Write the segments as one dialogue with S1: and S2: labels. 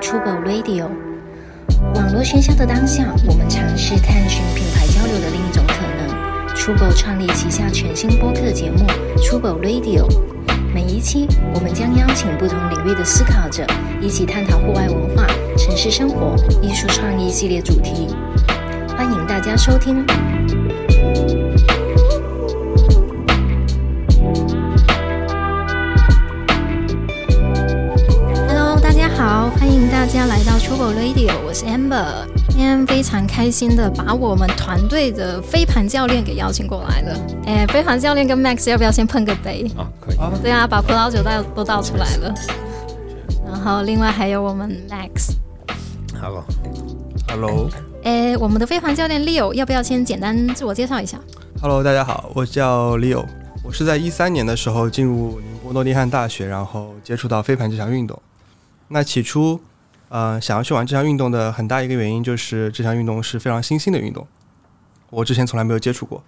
S1: Trouble Radio。网络喧嚣的当下，我们尝试探寻品牌交流的另一种可能。Trouble 创立旗下全新播客节目 Trouble Radio，每一期我们将邀请不同领域的思考者，一起探讨户外文化、城市生活、艺术创意系列主题。欢迎大家收听。Hello，大家好，欢迎大家来到 Trouble Radio，我是 Amber。今天非常开心的把我们团队的飞盘教练给邀请过来了。哎，飞盘教练跟 Max 要不要先碰个杯？
S2: 啊，可以。
S1: 对啊，把葡萄酒倒都倒出来了。然后另外还有我们 Max。
S2: Hello，
S3: Hello，Hello，
S1: 哎，我们的飞盘教练 Leo 要不要先简单自我介绍一下？
S3: 大家好，我叫 Leo，我是在一三年的时候进入宁波诺丁汉大学，然后接触到飞盘这项运动。那起初，呃，想要去玩这项运动的很大一个原因就是这项运动是非常新兴的运动，我之前从来没有接触过。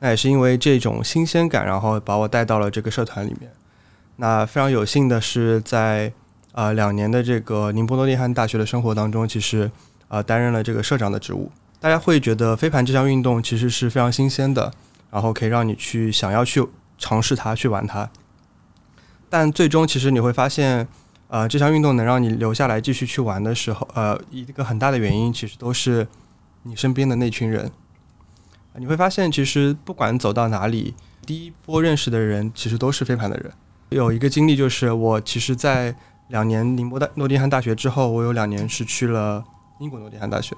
S3: 那也是因为这种新鲜感，然后把我带到了这个社团里面。那非常有幸的是在，呃两年的这个宁波诺丁汉大学的生活当中，其实呃担任了这个社长的职务。大家会觉得飞盘这项运动其实是非常新鲜的，然后可以让你去想要去尝试它、去玩它。但最终，其实你会发现，呃，这项运动能让你留下来继续去玩的时候，呃，一个很大的原因其实都是你身边的那群人。你会发现，其实不管走到哪里，第一波认识的人其实都是飞盘的人。有一个经历就是，我其实，在两年宁波大诺丁汉大学之后，我有两年是去了英国诺丁汉大学。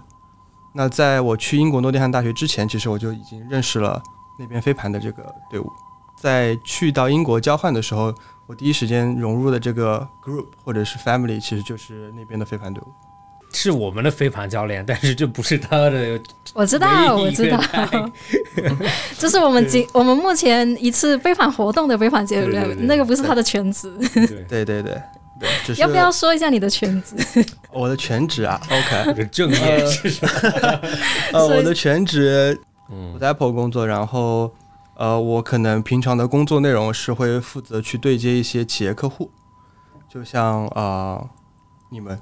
S3: 那在我去英国诺丁汉大学之前，其实我就已经认识了那边飞盘的这个队伍。在去到英国交换的时候，我第一时间融入的这个 group 或者是 family，其实就是那边的飞盘队伍。
S2: 是我们的飞盘教练，但是这不是他 的。
S1: 我知道，我知道， 这是我们今我们目前一次飞盘活动的飞盘教练，
S2: 对对对
S1: 那个不是他的全职。
S2: 对，
S3: 对对对对，只是
S1: 要不要说一下你的全职？
S3: 我的全职啊？OK，
S2: 这正业是什么？
S3: 呃，
S1: 所以
S3: 我的全职我
S2: 嗯，
S3: 在 Apple 工作，然后呃，我可能平常的工作内容是会负责去对接一些企业客户，就像呃你们，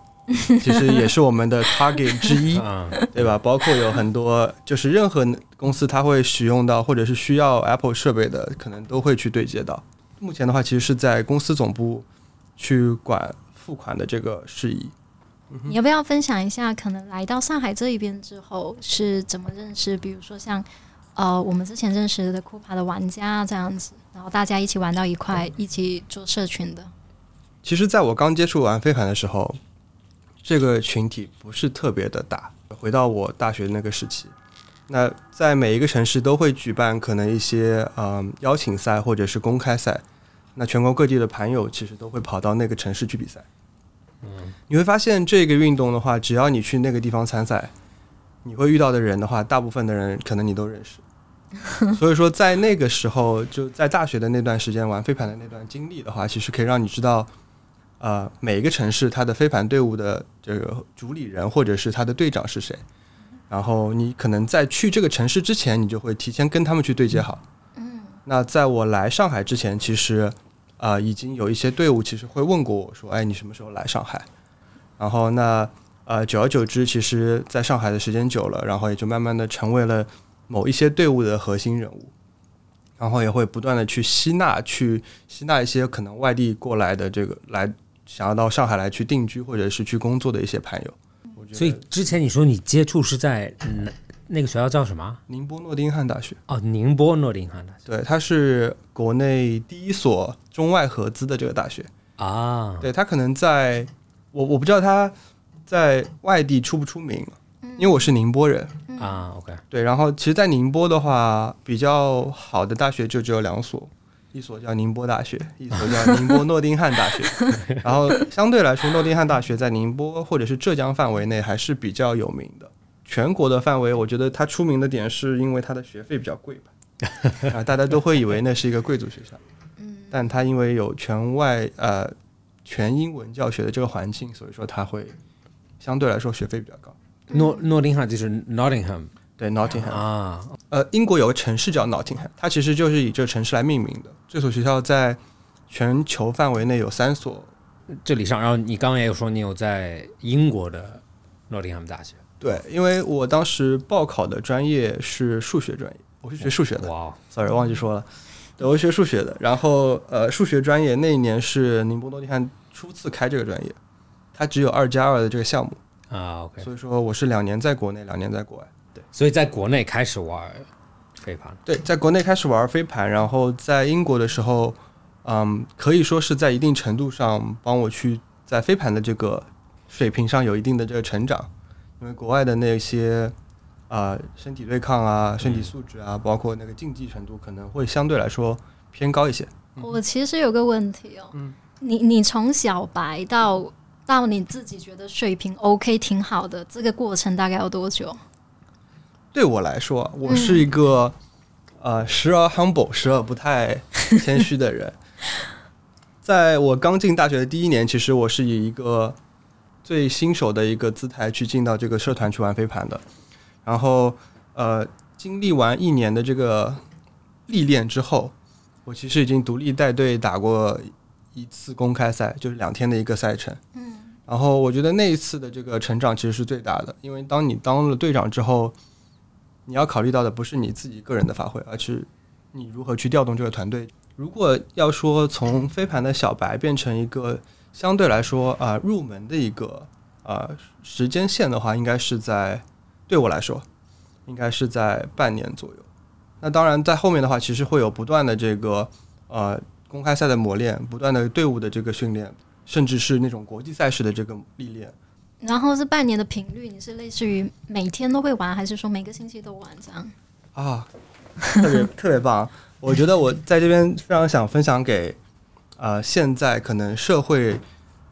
S3: 其实也是我们的 target 之 一，
S2: 啊，
S3: 对吧？包括有很多就是任何公司它会使用到或者是需要 Apple 设备的，可能都会去对接到。目前的话，其实是在公司总部去管付款的这个事宜。
S1: 你要不要分享一下，可能来到上海这一边之后是怎么认识？比如说像呃，我们之前认识的酷爬的玩家这样子，然后大家一起玩到一块，一起做社群的。
S3: 其实，在我刚接触玩飞盘的时候，这个群体不是特别的大。回到我大学那个时期，那在每一个城市都会举办可能一些嗯、邀请赛或者是公开赛，那全国各地的盘友其实都会跑到那个城市去比赛。嗯，你会发现这个运动的话，只要你去那个地方参赛，你会遇到的人的话，大部分的人可能你都认识。所以说，在那个时候，就在大学的那段时间玩飞盘的那段经历的话，其实可以让你知道呃，每一个城市它的飞盘队伍的这个主理人或者是他的队长是谁，然后你可能在去这个城市之前，你就会提前跟他们去对接好。嗯，那在我来上海之前，其实啊、呃已经有一些队伍其实会问过我说，哎，你什么时候来上海？然后那呃，久而久之，其实在上海的时间久了，然后也就慢慢的成为了某一些队伍的核心人物。然后也会不断的去吸纳，去吸纳一些可能外地过来的这个来想要到上海来去定居或者是去工作的一些盘友。我觉得
S2: 所以之前你说你接触是在嗯那个学校叫什么？
S3: 宁波诺丁汉大学，
S2: 哦，宁波诺丁汉大学
S3: 对，它是国内第一所中外合资的这个大学。
S2: 啊。
S3: 对，它可能在我我不知道它在外地出不出名，因为我是宁波人。
S2: 啊，OK，
S3: 对，然后其实，在宁波的话，比较好的大学就只有两所。一所叫宁波大学，一所叫宁波诺丁汉大学。然后相对来说，诺丁汉大学在宁波或者是浙江范围内还是比较有名的。全国的范围，我觉得它出名的点是因为它的学费比较贵吧，啊，大家都会以为那是一个贵族学校，但它因为有全外呃全英文教学的这个环境，所以说它会相对来说学费比较高。
S2: 诺诺丁汉就是 Nottingham
S3: 对，Nottingham，
S2: 嗯啊，
S3: 呃，英国有个城市叫诺丁汉，它其实就是以这个城市来命名的。这所学校在全球范围内有三所
S2: 这里上，然后你刚刚也有说你有在英国的诺丁汉大学，
S3: 对，因为我当时报考的专业是数学专业，我是学数学的
S2: 哇哦，
S3: ，sorry 忘记说了，对，我是学数学的。然后呃，数学专业那一年是宁波诺丁汉初次开这个专业，它只有二加二的这个项目，
S2: 啊，OK，
S3: 所以说我是两年在国内，两年在国外。
S2: 所以在国内开始玩飞盘，
S3: 对，在国内开始玩飞盘，然后在英国的时候，嗯，可以说是在一定程度上帮我去在飞盘的这个水平上有一定的这个成长，因为国外的那些啊、呃身体对抗啊、身体素质啊，包括那个竞技程度，可能会相对来说偏高一些。
S2: 嗯
S4: 我其实有个问题哦，你你从小白到到你自己觉得水平 OK 挺好的，这个过程大概要多久？
S3: 对我来说，我是一个、呃时而 humble，时而不太谦虚的人。在我刚进大学的第一年，其实我是以一个最新手的一个姿态去进到这个社团去玩飞盘的。然后呃，经历完一年的这个历练之后，我其实已经独立带队打过一次公开赛，就是两天的一个赛程。嗯。然后我觉得那一次的这个成长其实是最大的，因为当你当了队长之后，你要考虑到的不是你自己个人的发挥，而是你如何去调动这个团队。如果要说从飞盘的小白变成一个呃相对来说啊、入门的一个啊、时间线的话，应该是在对我来说，应该是在半年左右。那当然，在后面的话，其实会有不断的这个呃公开赛的磨练，不断的队伍的这个训练，甚至是那种国际赛事的这个历练。
S4: 然后是半年的频率，你是类似于每天都会玩，还是说每个星期都玩这样？
S3: 啊，特别特别棒！我觉得我在这边非常想分享给啊、呃现在可能社会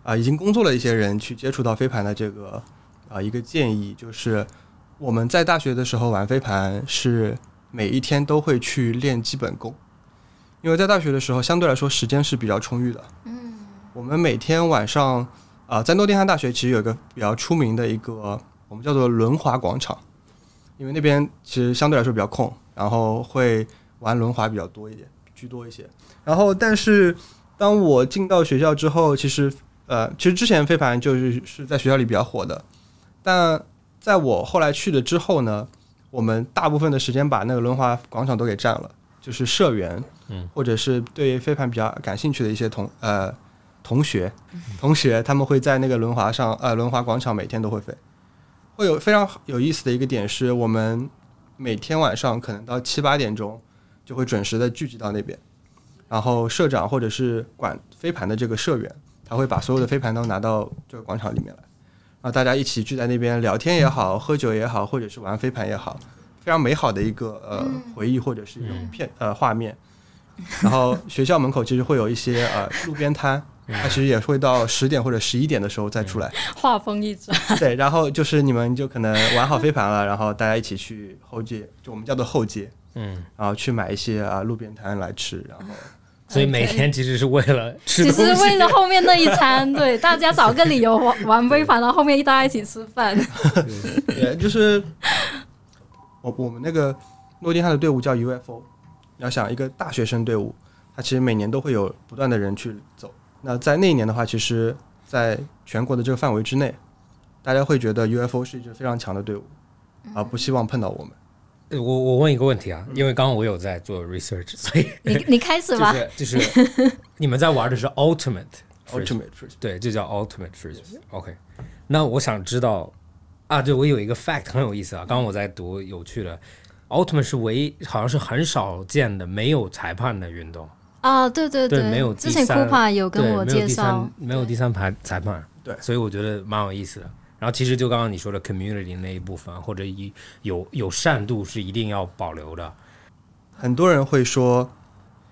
S3: 啊、已经工作了一些人去接触到飞盘的这个啊、一个建议，就是我们在大学的时候玩飞盘是每一天都会去练基本功，因为在大学的时候相对来说时间是比较充裕的。嗯，我们每天晚上啊、在诺丁汉大学其实有一个比较出名的一个我们叫做轮滑广场。因为那边其实相对来说比较空，然后会玩轮滑比较多一点，居多一些。然后，但是当我进到学校之后，其实呃，其实之前飞盘就是是在学校里比较火的，但在我后来去了之后呢，我们大部分的时间把那个轮滑广场都给占了，就是社员，
S2: 嗯，
S3: 或者是对飞盘比较感兴趣的一些同呃同学同学，他们会在那个轮滑上呃轮滑广场每天都会飞。会有非常有意思的一个点是，我们每天晚上可能到七八点钟就会准时的聚集到那边，然后社长或者是管飞盘的这个社员，他会把所有的飞盘都拿到这个广场里面来，然后大家一起聚在那边聊天也好，喝酒也好，或者是玩飞盘也好，非常美好的一个呃回忆或者是一种片呃画面。然后学校门口其实会有一些呃路边摊，它其实也会到十点或者十一点的时候再出来。
S4: 画风 一转，
S3: 对，然后就是你们就可能玩好飞盘了，然后大家一起去后街，就我们叫做后街，
S2: 嗯，
S3: 然后去买一些啊路边摊来吃，然后
S2: 哎所以每天其实是为了吃
S4: 其
S2: 东西，
S4: 实为了后面那一餐，对大家找个理由玩玩微盘，然后后面大家一起吃 饭。
S3: 对，就是我我们那个诺丁汉的队伍叫 UFO，你要想一个大学生队伍，它其实每年都会有不断的人去走。那在那一年的话，其实在全国的这个范围之内，大家会觉得 UFO 是一支非常强的队伍，啊，不希望碰到我们。
S2: 我我问一个问题啊，因为刚刚我有在做 research，所以
S4: 你你开始吧，
S2: 就是就是你们在玩的是 ultimate frisbee，
S3: Ultimate Frisbee
S2: 对，就叫 ultimate frisbee。OK，那我想知道啊，对我有一个 fact 很有意思啊，刚刚我在读有趣的，ultimate 是唯一好像是很少见的没有裁判的运动，
S4: 啊，对对
S2: 对没有第
S4: 之前
S2: 三
S4: Kupa 有
S2: 对，
S4: 跟我
S2: 没有
S4: 介
S2: 第
S4: 绍
S2: 三，没有第三排裁判，
S3: 对
S2: 所以我觉得蛮有意思的。然后其实就刚刚你说的 community 那一部分，或者一有友善度是一定要保留的，
S3: 很多人会说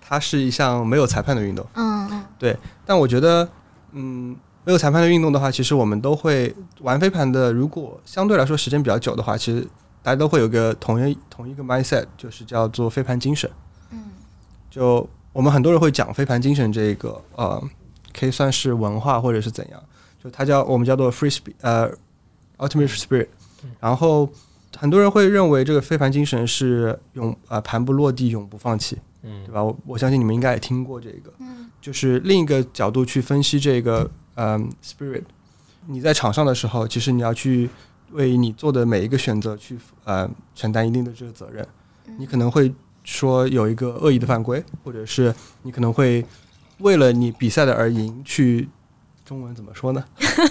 S3: 它是一项没有裁判的运动。
S4: 嗯嗯，
S3: 但我觉得，嗯，没有裁判的运动的话，其实我们都会玩飞盘的。如果相对来说时间比较久的话，其实大家都会有个同一同一个 mindset，就是叫做飞盘精神。嗯，就我们很多人会讲飞盘精神这个，呃，可以算是文化或者是怎样，就它叫我们叫做 free spirit，呃，ultimate spirit。然后很多人会认为这个飞盘精神是永呃盘不落地，永不放弃，嗯，对吧？我我相信你们应该也听过这个。就是另一个角度去分析这个嗯 spirit。你在场上的时候，其实你要去为你做的每一个选择去呃承担一定的这个责任。你可能会说有一个恶意的犯规，或者是你可能会为了你比赛的而赢去。中文怎么说呢？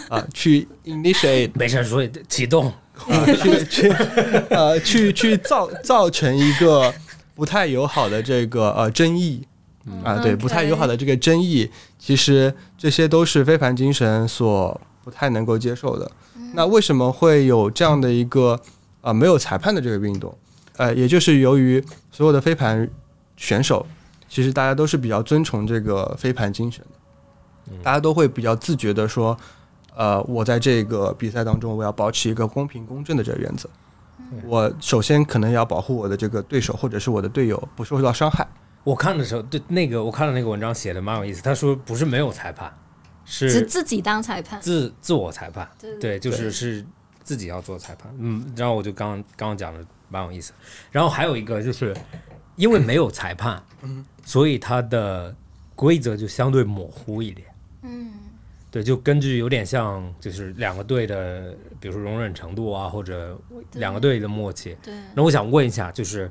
S3: 啊，去 initiate
S2: 没事，所以启动
S3: 啊，去去 呃，去去造造成一个不太友好的这个呃争议啊，对，不太友好的这个争议，其实这些都是非凡精神所不太能够接受的。那为什么会有这样的一个呃没有裁判的这个运动？呃，也就是由于所有的飞盘选手，其实大家都是比较遵从这个飞盘精神的，大家都会比较自觉的说，呃，我在这个比赛当中，我要保持一个公平公正的这个原则。我首先可能要保护我的这个对手或者是我的队友不受到伤害。
S2: 我看的时候，对那个我看了那个文章写的蛮有意思，他说不是没有裁判，
S4: 只
S2: 是
S4: 自己当裁判，
S2: 自自我裁判，
S4: 对对
S2: 对，就是是自己要做裁判，嗯，然后我就刚刚刚讲的蛮有意思，然后还有一个就是因为没有裁判，
S4: 嗯
S2: 所以它的规则就相对模糊一点，
S4: 嗯，
S2: 对，就根据有点像就是两个队的，比如说容忍程度啊，或者两个队的默契，
S4: 对，
S2: 那我想问一下，就是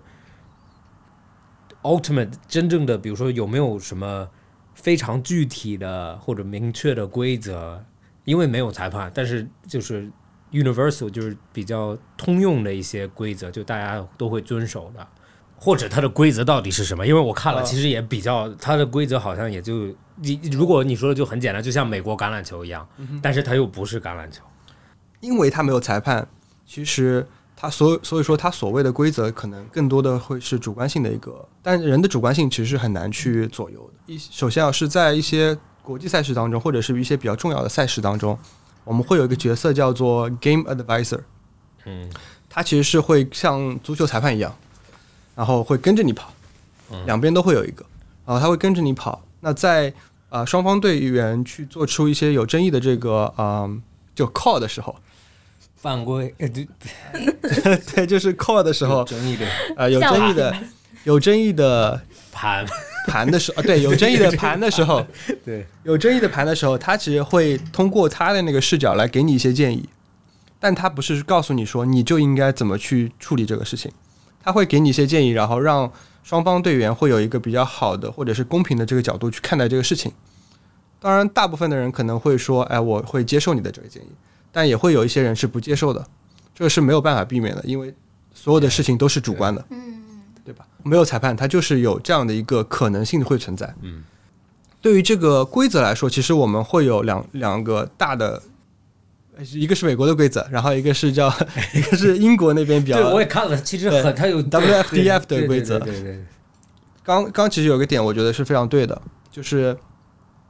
S2: ultimate 真正的，比如说有没有什么非常具体的或者明确的规则？因为没有裁判，但是就是 universal 就是比较通用的一些规则，就大家都会遵守的，或者它的规则到底是什么？因为我看了，
S3: 哦
S2: 其实也比较它的规则好像也就你如果你说的就很简单，就像美国橄榄球一样，但是它又不是橄榄球。
S3: 因为他没有裁判，其实他所所以说他所谓的规则可能更多的会是主观性的一个，但人的主观性其实是很难去左右的。一首先啊是在一些国际赛事当中，或者是一些比较重要的赛事当中，我们会有一个角色叫做 game advisor，
S2: 嗯，
S3: 他其实是会像足球裁判一样，然后会跟着你跑，两边都会有一个，然后他会跟着你跑。那在呃双方队员去做出一些有争议的这个嗯、就 call 的时候，
S2: 犯规，呃，就
S3: 对， 就是 call 的时候，
S2: 争议的
S3: 呃，有争议的， 有争议的
S2: 盘，
S3: 盘的时候，啊对，有争议的盘的时候，
S2: 对，
S3: 有争议的盘的时候，他其实会通过他的那个视角来给你一些建议，但他不是告诉你说你就应该怎么去处理这个事情，他会给你一些建议，然后让双方队员会有一个比较好的或者是公平的这个角度去看待这个事情。当然，大部分的人可能会说，哎，我会接受你的这个建议，但也会有一些人是不接受的，这个是没有办法避免的，因为所有的事情都是主观的，
S4: 嗯，
S3: 对吧？没有裁判，它就是有这样的一个可能性会存在。嗯，对于这个规则来说，其实我们会有两两个大的，呃一个是美国的规则，然后一个是叫 一个是英国那边比较。
S2: 对，我也看了，其实很
S3: 对
S2: 它有
S3: WFDF
S2: 对对对
S3: 的规则
S2: 对对对对
S3: 刚刚其实有个点，我觉得是非常对的，就是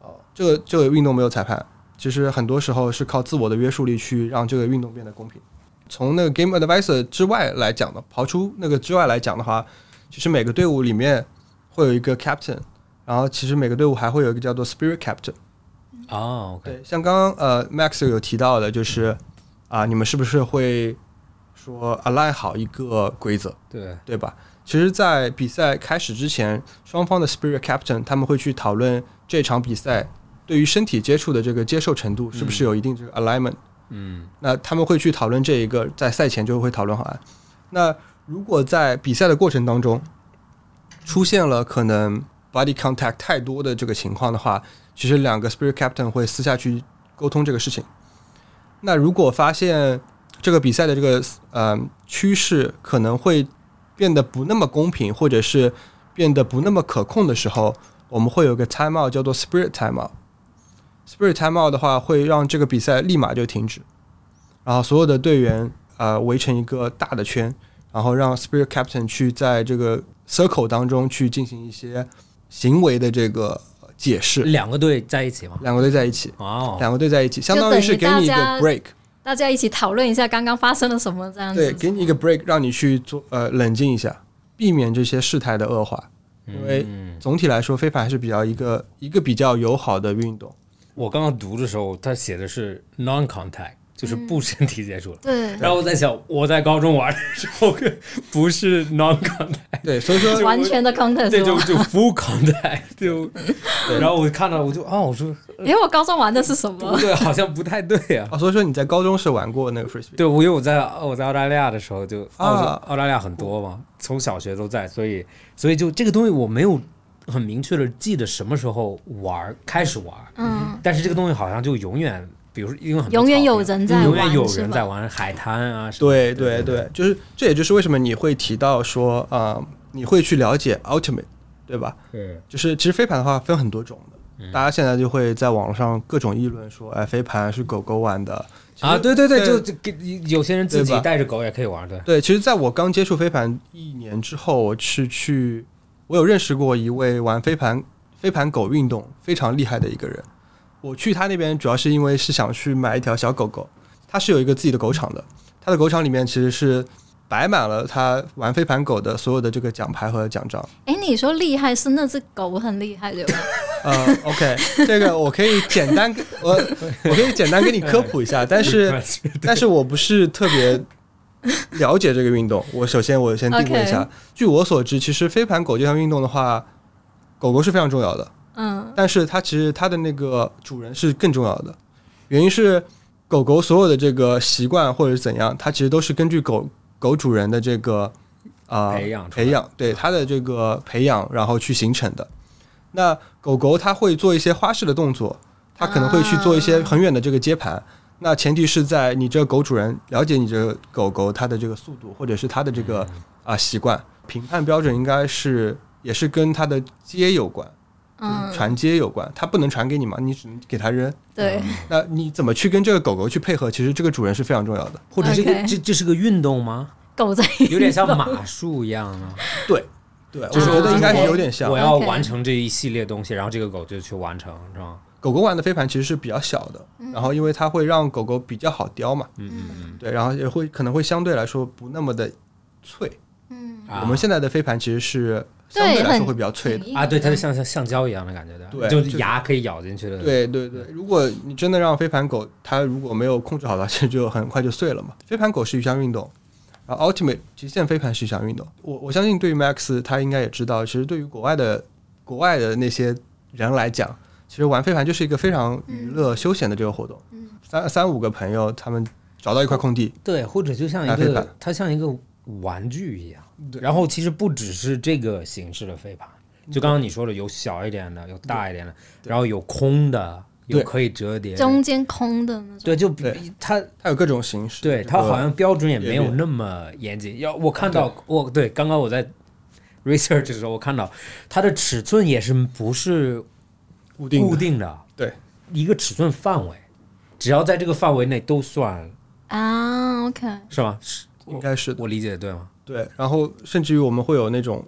S3: 呃这个这个运动没有裁判，其实很多时候是靠自我的约束力去让这个运动变得公平。从那个 game advisor 之外来讲的，刨出那个之外来讲的话，其实每个队伍里面会有一个 captain，然后其实每个队伍还会有一个叫做 spirit captain。
S2: 哦，OK，
S3: 对，像刚刚呃 Max 有提到的，就是啊、你们是不是会说 align 好一个规则？
S2: 对，
S3: 对吧？其实，在比赛开始之前，双方的 Spirit Captain 他们会去讨论这场比赛对于身体接触的这个接受程度是不是有一定这个 alignment。
S2: 嗯，
S3: 那他们会去讨论这一个，在赛前就会讨论好啊。那如果在比赛的过程当中出现了可能 body contact 太多的这个情况的话，其实两个 Spirit Captain 会私下去沟通这个事情。那如果发现这个比赛的这个呃趋势可能会变得不那么公平，或者是变得不那么可控的时候，我们会有个 timeout 叫做 Spirit timeout。Spirit timeout 的话，会让这个比赛立马就停止，然后所有的队员呃围成一个大的圈，然后让 Spirit Captain 去在这个 circle 当中去进行一些行为的这个呃解释，
S2: 两个队在一起嘛，
S3: 两个队在一起。
S2: 哦，
S3: 两个队在一起，相当于是给你一个
S4: 就等于大家
S3: break，
S4: 大家一起讨论一下刚刚发生了什么，这样
S3: 对，
S4: 子，
S3: 给你一个 break，让你去做呃冷静一下，避免这些事态的恶化。因为
S2: 嗯，
S3: 总体来说，飞盘还是比较一个一个比较友好的运动。
S2: 我刚刚读的时候，他写的是 non contact，就是不身体接触了。
S4: 对，
S2: 然后我在想，我在高中玩的时候不是 non contact，
S3: 对，所以 说
S4: 完全的 content
S2: 对，
S4: 是
S2: 就
S4: 吗？
S2: 就 full contact，就。然后我看到我就啊，我说
S4: 诶，哎我高中玩的是什
S2: 不
S4: 么？
S2: 对，好像不太对啊。
S3: 啊，所以说你在高中是玩过那个 frisbee，
S2: 对，我因为我在我在澳大利亚的时候就澳洲
S3: 啊
S2: 澳大利亚很多嘛，从小学都在，所以所以就这个东西我没有很明确的记得什么时候玩儿开始玩儿，
S4: 嗯，
S2: 但是这个东西好像就永远，比如说因为很多
S4: 永远
S2: 草
S4: 有
S2: 坪
S4: 人在
S2: 永远
S4: 玩
S2: 有
S4: 是
S2: 人
S4: 吧
S2: 在玩海滩啊什么的，
S3: 对对对，就是这也就是为什么你会提到说啊、呃你会去了解 ultimate，对吧？
S2: 对
S3: 就是其实飞盘的话分很多种
S2: 嗯
S3: 的，大家现在就会在网络上各种议论说，哎，飞盘是狗狗玩的其实
S2: 啊，对对对，
S3: 对
S2: 就就给有些人自
S3: 对
S2: 己
S3: 吧
S2: 带着狗也可以玩，对，
S3: 对，其实在我刚接触飞盘一年之后，我是去，我有认识过一位玩飞盘飞盘狗运动非常厉害的一个人。我去他那边主要是因为是想去买一条小狗狗，他是有一个自己的狗场的，他的狗场里面其实是摆满了他玩飞盘狗的所有的这个奖牌和奖章。
S4: 诶，
S2: 嗯
S4: 你说厉害是那只狗很厉害对吧？
S3: 呃，OK，这个我可以简单跟我我可以简单跟你科普一下，但是 但是我不是特别了解这个运动。我首先我先定位一下
S4: OK
S3: 据我所知，其实飞盘狗这项运动的话，狗狗是非常重要的，
S4: 嗯，
S3: 但是它其实它的那个主人是更重要的。原因是狗狗所有的这个习惯或者是怎样，它其实都是根据狗狗主人的这个啊、
S2: 培养出来
S3: 培养对它的这个培养，然后去形成的。那狗狗它会做一些花式的动作，它可能会去做一些很远的这个接盘。那前提是在你这个狗主人了解你这个狗狗它的这个速度，或者是它的这个啊、习惯。评判标准应该是也是跟它的接有关，
S4: 嗯
S3: 传接有关，它不能传给你嘛，你只能给它扔。
S4: 对，
S2: 嗯
S3: 那你怎么去跟这个狗狗去配合？其实这个主人是非常重要的。
S2: 或者这个
S4: OK
S2: 这这是个运动吗？
S4: 狗在
S2: 有点像马术一样啊，
S3: 对，我
S2: 就是
S3: 觉得应 该是啊
S4: 我
S3: 有点像
S2: 我。要
S4: OK
S2: 完成这一系列东西，然后这个狗就去完成，是吧？
S3: 狗狗玩的飞盘其实是比较小的，然后因为它会让狗狗比较好叼嘛，
S2: 嗯嗯
S3: 对，然后也会可能会相对来说不那么的脆。
S4: 嗯，
S2: 嗯，啊
S3: 我们现在的飞盘其实是
S4: 对
S3: 相对来说
S4: 很
S3: 会比较脆的。
S4: 挺硬
S2: 啊，对，它就
S4: 的
S2: 像像橡胶一样的感觉的，
S3: 对
S2: 就是牙可以咬进去的，，
S3: 对对
S2: 嗯
S3: 对，如果你真的让飞盘狗，它如果没有控制好它， 其实就很快就碎了嘛。飞盘狗是一项运动，然后 Ultimate 极限飞盘是一项运动。我我相信对于 Max 他应该也知道，其实对于国外的国外的那些人来讲，其实玩飞盘就是一个非常娱乐休闲的这个活动。
S4: 嗯
S3: 三三五个朋友他们找到一块空地，
S2: 对，或者就像一
S3: 打飞
S2: 个
S3: 盘，
S2: 它像一个玩具一样。然后其实不只是这个形式的飞盘，就刚刚你说的，有小一点的，有大一点的，然后有空的，有
S3: 对
S2: 可以折叠的，
S4: 中间空的那种，
S2: 对，就
S3: 对
S2: 它
S3: 它有各种形式。
S2: 对
S3: 这
S2: 它
S3: 个
S2: 好像标准也
S3: 也
S2: 没有
S3: 没
S2: 那么严谨。要我看到我对刚刚我在 research 的时候，我看到它的尺寸也是不是
S3: 固定
S2: 固
S3: 的。
S2: 定的，
S3: 对，
S2: 一个尺寸范围，只要在这个范围内都算
S4: 啊，OK，
S2: 是吗？是
S3: 应该是的
S2: 我理解的对吗？
S3: 对，然后甚至于我们会有那种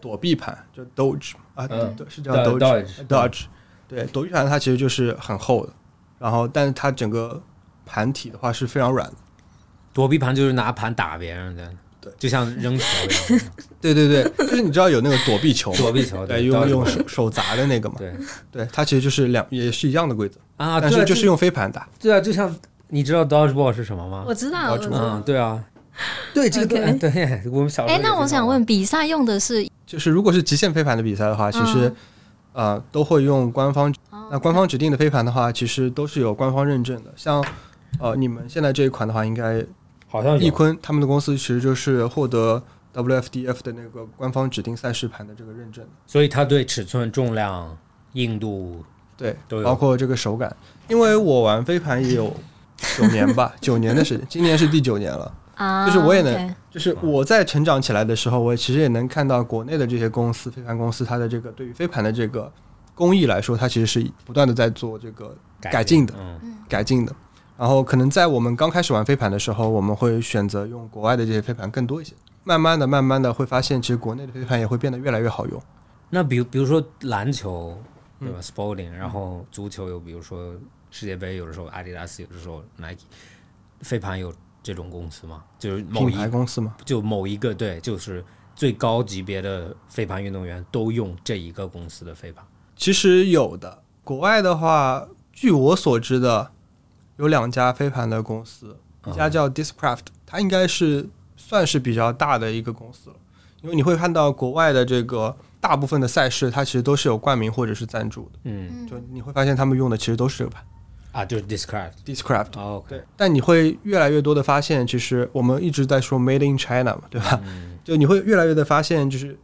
S3: 躲避盘，就 dodge 啊，
S2: 嗯
S3: 对，是叫
S2: Do-
S3: dodge
S2: dodge，
S3: dodge，对，躲避盘它其实就是很厚的，然后但是它整个盘体的话是非常软的。
S2: 躲避盘就是拿盘打别人的，
S3: 对
S2: 就像扔球一 样，
S3: 对对对，就是你知道有那个躲避球嘛，
S2: 躲避球
S3: 对，
S2: 到
S3: 哎用
S2: 时候
S3: 用手手砸的那个嘛，
S2: 对
S3: 对，它其实就是两也是一样的规则，
S2: 啊，
S3: 但
S2: 对
S3: 是
S2: 啊，
S3: 就是用飞盘打。
S2: 对啊，就像你知道 dodgeball 是什么吗
S4: 我？知道，
S3: 我
S4: 我
S3: 知
S4: 知
S3: 道
S4: 道。
S2: 嗯，对啊，对这个对
S4: OK
S2: 对，我们小时候
S4: 哎，
S2: 也
S4: 那
S2: 经
S4: 我
S2: 常
S4: 想
S2: 玩
S4: 问，比赛用的是
S3: 就是如果是极限飞盘的比赛的话，其实、呃都会用官方
S4: 哦
S3: 那官方指定的飞盘的话，其实都是有官方认证的，像。呃，你们现在这一款的话，应该
S2: 好像
S3: 易
S2: 有
S3: 坤他们的公司其实就是获得 WFDF 的那个官方指定赛事盘的这个认证，
S2: 所以它对尺寸、重量、硬度，
S3: 对
S2: 都，有
S3: 包括这个手感。因为我玩飞盘也有九年吧，九年的时间，今年是第九年了。
S4: 啊，
S3: 就是我也能
S4: OK
S3: 就是我在成长起来的时候，我其实也能看到国内的这些公司，飞盘公司它的这个对于飞盘的这个工艺来说，它其实是不断的在做这个改进的
S2: 嗯，
S3: 改进的。然后可能在我们刚开始玩飞盘的时候，我们会选择用国外的这些飞盘更多一些。慢慢的、慢慢的会发现，其实国内的飞盘也会变得越来越好用。
S2: 那比如比如说篮球，对吧？Sporting，然后足球有，比如说世界杯，有的时候阿迪达斯，有的时候 Nike，飞盘有这种公司吗？就是某
S3: 品
S2: 一
S3: 牌公司嘛，
S2: 就某一个对，就是最高级别的飞盘运动员都用这一个公司的飞盘。
S3: 其实有的。国外的话，据我所知的，有两家飞盘的公司，一家叫 Discraft，它应该是算是比较大的一个公司了，因为你会看到国外的这个大部分的赛事，它其实都是有冠名或者是赞助的，
S2: 嗯
S4: 嗯
S3: 就你会发现他们用的其实都是这个牌
S2: 啊，就是 describe。
S3: Discraft。
S2: OK，
S3: 对，但你会越来越多的发现，其实我们一直在说 Made in China 嘛，对吧？
S2: 嗯
S3: 就你会越来越的发现，就是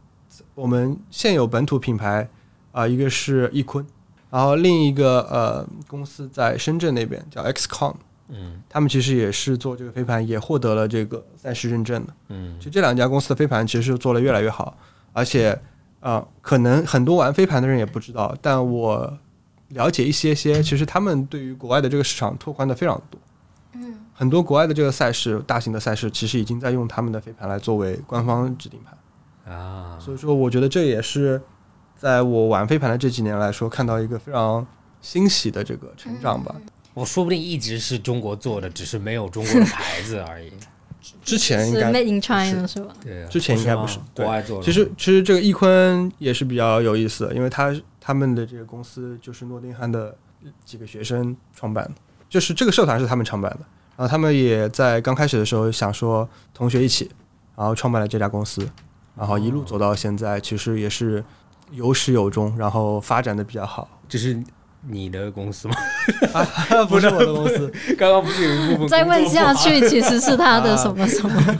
S3: 我们现有本土品牌啊、一个是易坤，然后另一个呃公司在深圳那边叫 XCOM，
S2: 嗯
S3: 他们其实也是做这个飞盘，也获得了这个赛事认证的。
S2: 嗯
S3: 就这两家公司的飞盘其实做得越来越好，而且呃，可能很多玩飞盘的人也不知道，但我了解一些些，其实他们对于国外的这个市场拓宽的非常多。
S4: 嗯，
S3: 很多国外的这个赛事，大型的赛事其实已经在用他们的飞盘来作为官方指定盘，
S2: 啊，
S3: 所以说我觉得这也是在我玩飞盘的这几年来说看到一个非常欣喜的这个成长吧。
S2: 我说不定一直是中国做的，只是没有中国的牌子而 已。
S3: 之前应
S4: 是
S3: 该
S4: Made in China 是吧？
S2: 对啊，
S3: 之前应该不
S2: 不
S3: 是
S2: 吗
S3: 对
S2: 国外做的。
S3: 其实，其实这个易坤也是比较有意思的，因为他他们的这个公司就是诺丁汉的几个学生创办的，就是这个社团是他们创办的。然后他们也在刚开始的时候想说同学一起，然后创办了这家公司，然后一路走到现在，其实也是有始有终，然后发展的比较 好。
S2: 这是你的公司吗？
S3: 不是我的公司，
S2: 刚刚不是有一 部分
S4: 再
S2: 工作
S4: 问下
S2: 不好，
S4: 去，其实是他的什么什么，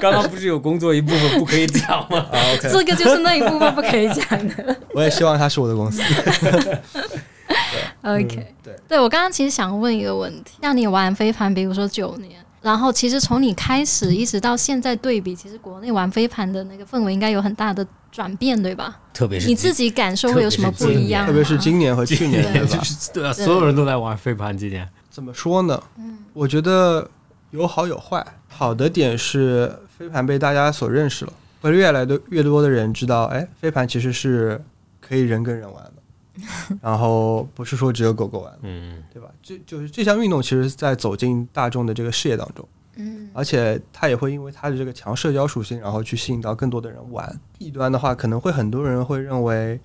S2: 刚刚不是有工作一部分不可以讲吗？
S3: 啊，OK，
S4: 这个就是那一部分不可以讲的。
S3: 我也希望他是我的公司。
S4: OK，
S3: 对，
S4: 对我刚刚其实想问一个问题，像你玩飞盘，比如说九年，然后其实从你开始一直到现在对比，其实国内玩飞盘的那个氛围应该有很大的转变，对吧？
S2: 特别是
S4: 你自己感受会有什么不一样吗？啊
S3: 特别是今年和去 年，对吧
S2: 就？是对啊，
S4: 对
S2: 所有人都在玩飞盘，今年
S3: 怎么说呢？我觉得有好有坏。好的点是飞盘被大家所认识了，会越来的越多的人知道，哎，飞盘其实是可以人跟人玩的，然后不是说只有狗狗玩，
S2: 嗯
S3: 对吧？这就是这项运动，其实在走进大众的这个视野当中，
S4: 嗯
S3: 而且它也会因为它的这个强社交属性，然后去吸引到更多的人玩。异端的话，可能会很多人会认为，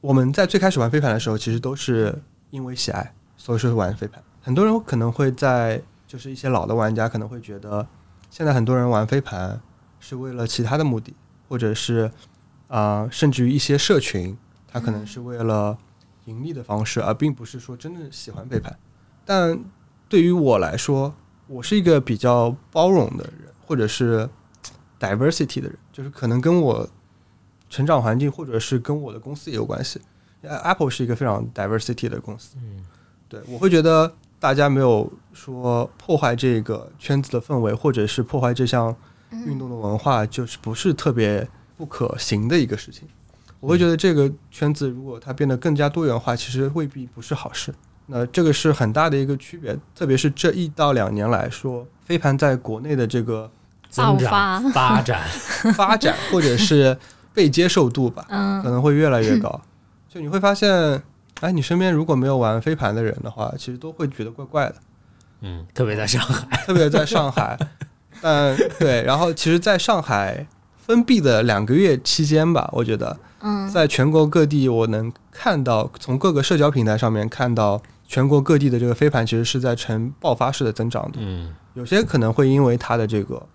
S3: 我们在最开始玩飞盘的时候，其实都是因为喜爱，所以说玩飞盘。很多人可能会在就是一些老的玩家可能会觉得，现在很多人玩飞盘是为了其他的目的，或者是啊、呃甚至于一些社群，它可能是为了盈利的方式，而并不是说真正喜欢飞盘。但对于我来说，我是一个比较包容的人，或者是 diversity 的人，就是可能跟我成长环境，或者是跟我的公司也有关系。呃 Apple 是一个非常 diversity 的公司，
S2: 嗯，
S3: 对我会觉得大家没有说破坏这个圈子的氛围，或者是破坏这项
S4: 嗯
S3: 运动的文化，就是不是特别不可行的一个事情。我会觉得这个圈子如果它变得更加多元化，其实未必不是好事。那这个是很大的一个区别，特别是这一到两年来说，飞盘在国内的这个
S4: 爆
S2: 增
S4: 发
S2: 长发展，
S3: 发展或者是被接受度吧，
S4: 嗯
S3: 可能会越来越高。就你会发现，哎，你身边如果没有玩飞盘的人的话，其实都会觉得怪怪的。
S2: 嗯，特别在上海，
S3: 特别在上海。但对，然后其实在上海封闭的两个月期间吧，我觉得
S4: 嗯
S3: 在全国各地，我能看到从各个社交平台上面看到全国各地的这个飞盘，其实是在呈爆发式的增长的。
S2: 嗯
S3: 有些可能会因为它的这个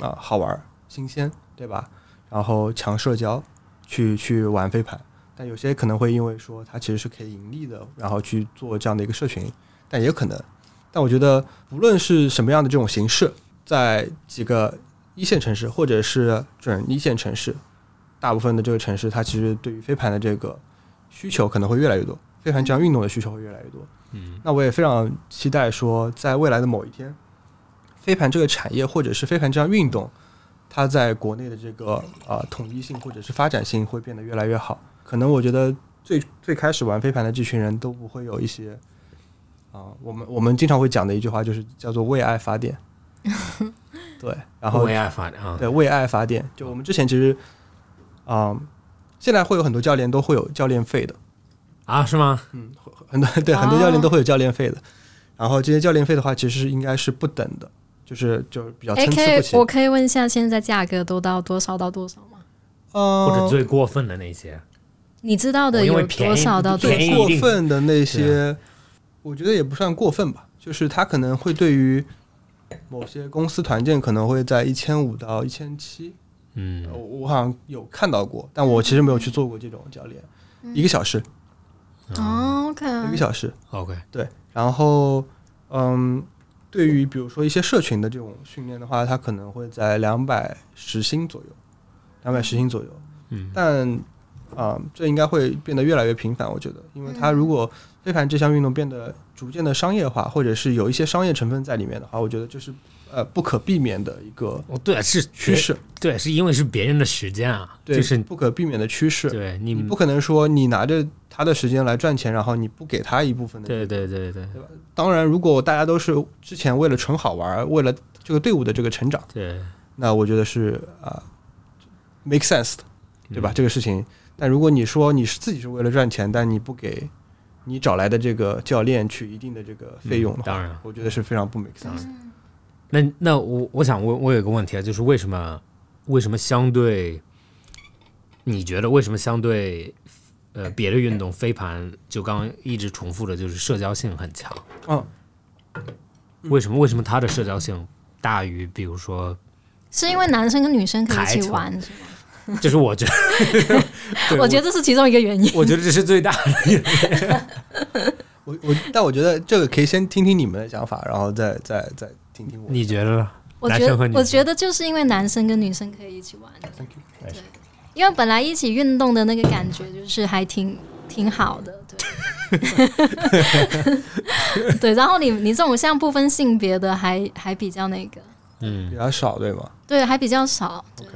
S3: 啊、好玩儿、新鲜，对吧？然后强社交去去玩飞盘，但有些可能会因为说它其实是可以盈利的，然后去做这样的一个社群，但也有可能。但我觉得无论是什么样的这种形式，在几个一线城市或者是准一线城市，大部分的这个城市，它其实对于飞盘的这个需求可能会越来越多，飞盘这项运动的需求会越来越多。
S2: 嗯
S3: 那我也非常期待说，在未来的某一天，飞盘这个产业或者是飞盘这项运动，它在国内的这个呃统一性或者是发展性会变得越来越好。可能我觉得最最开始玩飞盘的这群人都不会有一些啊、我们我们经常会讲的一句话就是叫做“为爱发电”， 对，然后
S2: 为爱发展啊，
S3: 对为爱发电，就我们之前其实啊、现在会有很多教练都会有教练费的。
S2: 啊是吗？
S3: 很多对
S4: 哦
S3: 很多教练都会有教练费的，然后这些教练费的话，其实应该是不等的，就是就是比较参差不
S4: ，AK，
S3: 齐，
S4: 我哎可以问一下现在价格都到多少到多少吗？
S3: 嗯
S2: 或者最过分的那些，
S4: 你知道的
S2: 哦我因为
S4: 有
S2: 便宜
S4: 多少到多
S2: 便宜
S4: 少？
S3: 最过分的那些，我觉得也不算过分吧，就是它可能会对于某些公司团建可能会在一千五到一千七，
S2: 嗯
S3: 我我好像有看到过，但我其实没有去做过这种教练，
S4: 嗯
S3: 一个小时，
S2: 啊
S4: 哦，OK，
S3: 一个小时，
S2: ，OK，
S3: 对，然后嗯，对于比如说一些社群的这种训练的话，它可能会在两百时薪左右，两百时薪左右。
S2: 嗯，
S3: 但啊、这应该会变得越来越频繁，我觉得，因为它如果飞盘这项运动变得逐渐的商业化，或者是有一些商业成分在里面的话，我觉得这是呃不可避免的一个
S2: 哦，对，是
S3: 趋，势，
S2: 对，是因为是别人的时间啊，
S3: 对，
S2: 就是嗯
S3: 不可避免的趋势。
S2: 对你
S3: 你不可能说你拿着他的时间来赚钱，然后你不给他一部分的
S2: 对对对对
S3: 当然，如果大家都是之前为了纯好玩，为了这个队伍的这个成长，
S2: 对，
S3: 那我觉得是啊、m a k e sense 的，对
S2: 嗯
S3: 吧？这个事情。但如果你说你是自己是为了赚钱，但你不给你找来的这个教练去一定的这个费用的
S2: 嗯
S3: 话，
S2: 当然
S3: 我觉得是非常不 make sense 的。
S2: 那那我我想问，我有一个问题啊，就是为什么为什么相对你觉得为什么相对呃别的运动飞盘就刚刚一直重复的就是社交性很强？
S3: 嗯，
S2: 为什么为什么它的社交性大于比如说，
S4: 是因为男生跟女生可以一
S2: 开
S4: 起
S2: 车
S4: 玩，是吗
S2: 就是我觉得 对
S4: 我觉得这是其中一个原因。
S2: 我觉得这是最大的原因，
S3: 我我，但我觉得这个可以先听听你们的想法，然后再再再听听我。
S2: 你觉得呢？
S4: 我
S2: 男
S4: 觉得
S2: 生和女
S4: 我
S2: 生
S4: 觉得就是因为男生跟女生可以一起玩，
S3: Thank you
S4: 因为本来一起运动的那个感觉就是还挺挺好的，对。 对，然后你你这种像不分性别的还还比较那个，
S2: 嗯
S3: 比，较少对吗
S4: 对，还比较少。
S3: ？OK，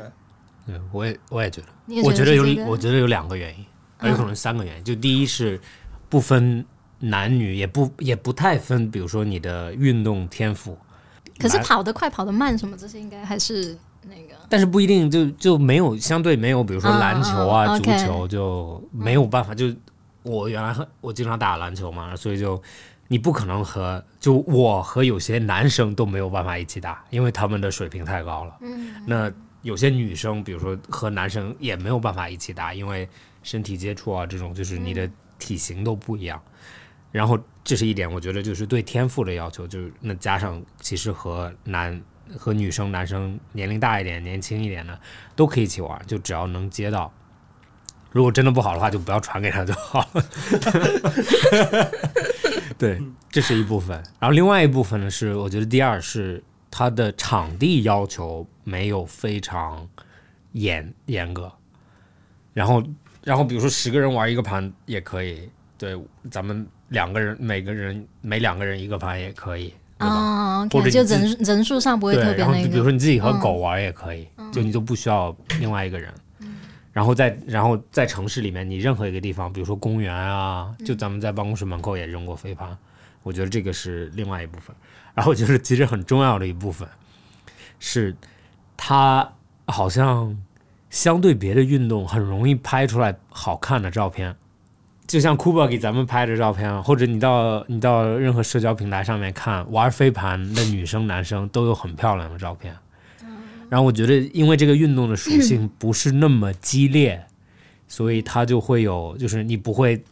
S2: 对，嗯我也我也觉得，
S4: 你也
S2: 我觉得有
S4: 是这个嗯
S2: 我觉得有两个原因，啊有可能三个原因。就第一是不分男女，也不也不太分，比如说你的运动天赋，
S4: 可是
S2: 来
S4: 跑得快、跑得慢什么，这些应该还是那个。
S2: 但是不一定就就没有相对没有，比如说
S4: 啊
S2: 篮球
S4: 啊
S2: 啊、足
S4: ，OK
S2: 球就没有办法。就我原来很我经常打篮球嘛，所以就你不可能和就我和有些男生都没有办法一起打，因为他们的水平太高了。嗯，那有些女生，比如说和男生也没有办法一起打，因为身体接触啊这种，就是你的体型都不一样。然后这是一点，我觉得就是对天赋的要求，就是那加上其实和男和女生、男生年龄大一点、年轻一点的都可以一起玩，就只要能接到。如果真的不好的话，就不要传给他就好了。对，这是一部分。然后另外一部分呢是，我觉得第二是它的场地要求没有非常严严格。然后，然后比如说十个人玩一个盘也可以，对，咱们两个人每个人每两个人一个盘也可以，对吧？
S4: 啊
S2: 或者
S4: ，OK，
S2: 你
S4: 就
S2: 自
S4: 人人数上不会
S2: 对，
S4: 特别
S2: 然后
S4: 那
S2: 就比如
S4: 个。嗯
S2: 说你自己和狗玩也可以，就你就不需要另外一个人。然后在然后在城市里面，你任何一个地方，比如说公园啊，
S4: 嗯
S2: 就咱们在办公室门口也扔过飞盘，我觉得这个是另外一部分。然后我觉得其实很重要的一部分是，它好像相对别的运动很容易拍出来好看的照片。就像 Kuba 给咱们拍的照片啊，或者你到你到任何社交平台上面看玩飞盘的女生、男生都有很漂亮的照片。然后我觉得，因为这个运动的属性不是那么激烈，所以它就会有，就是你不会，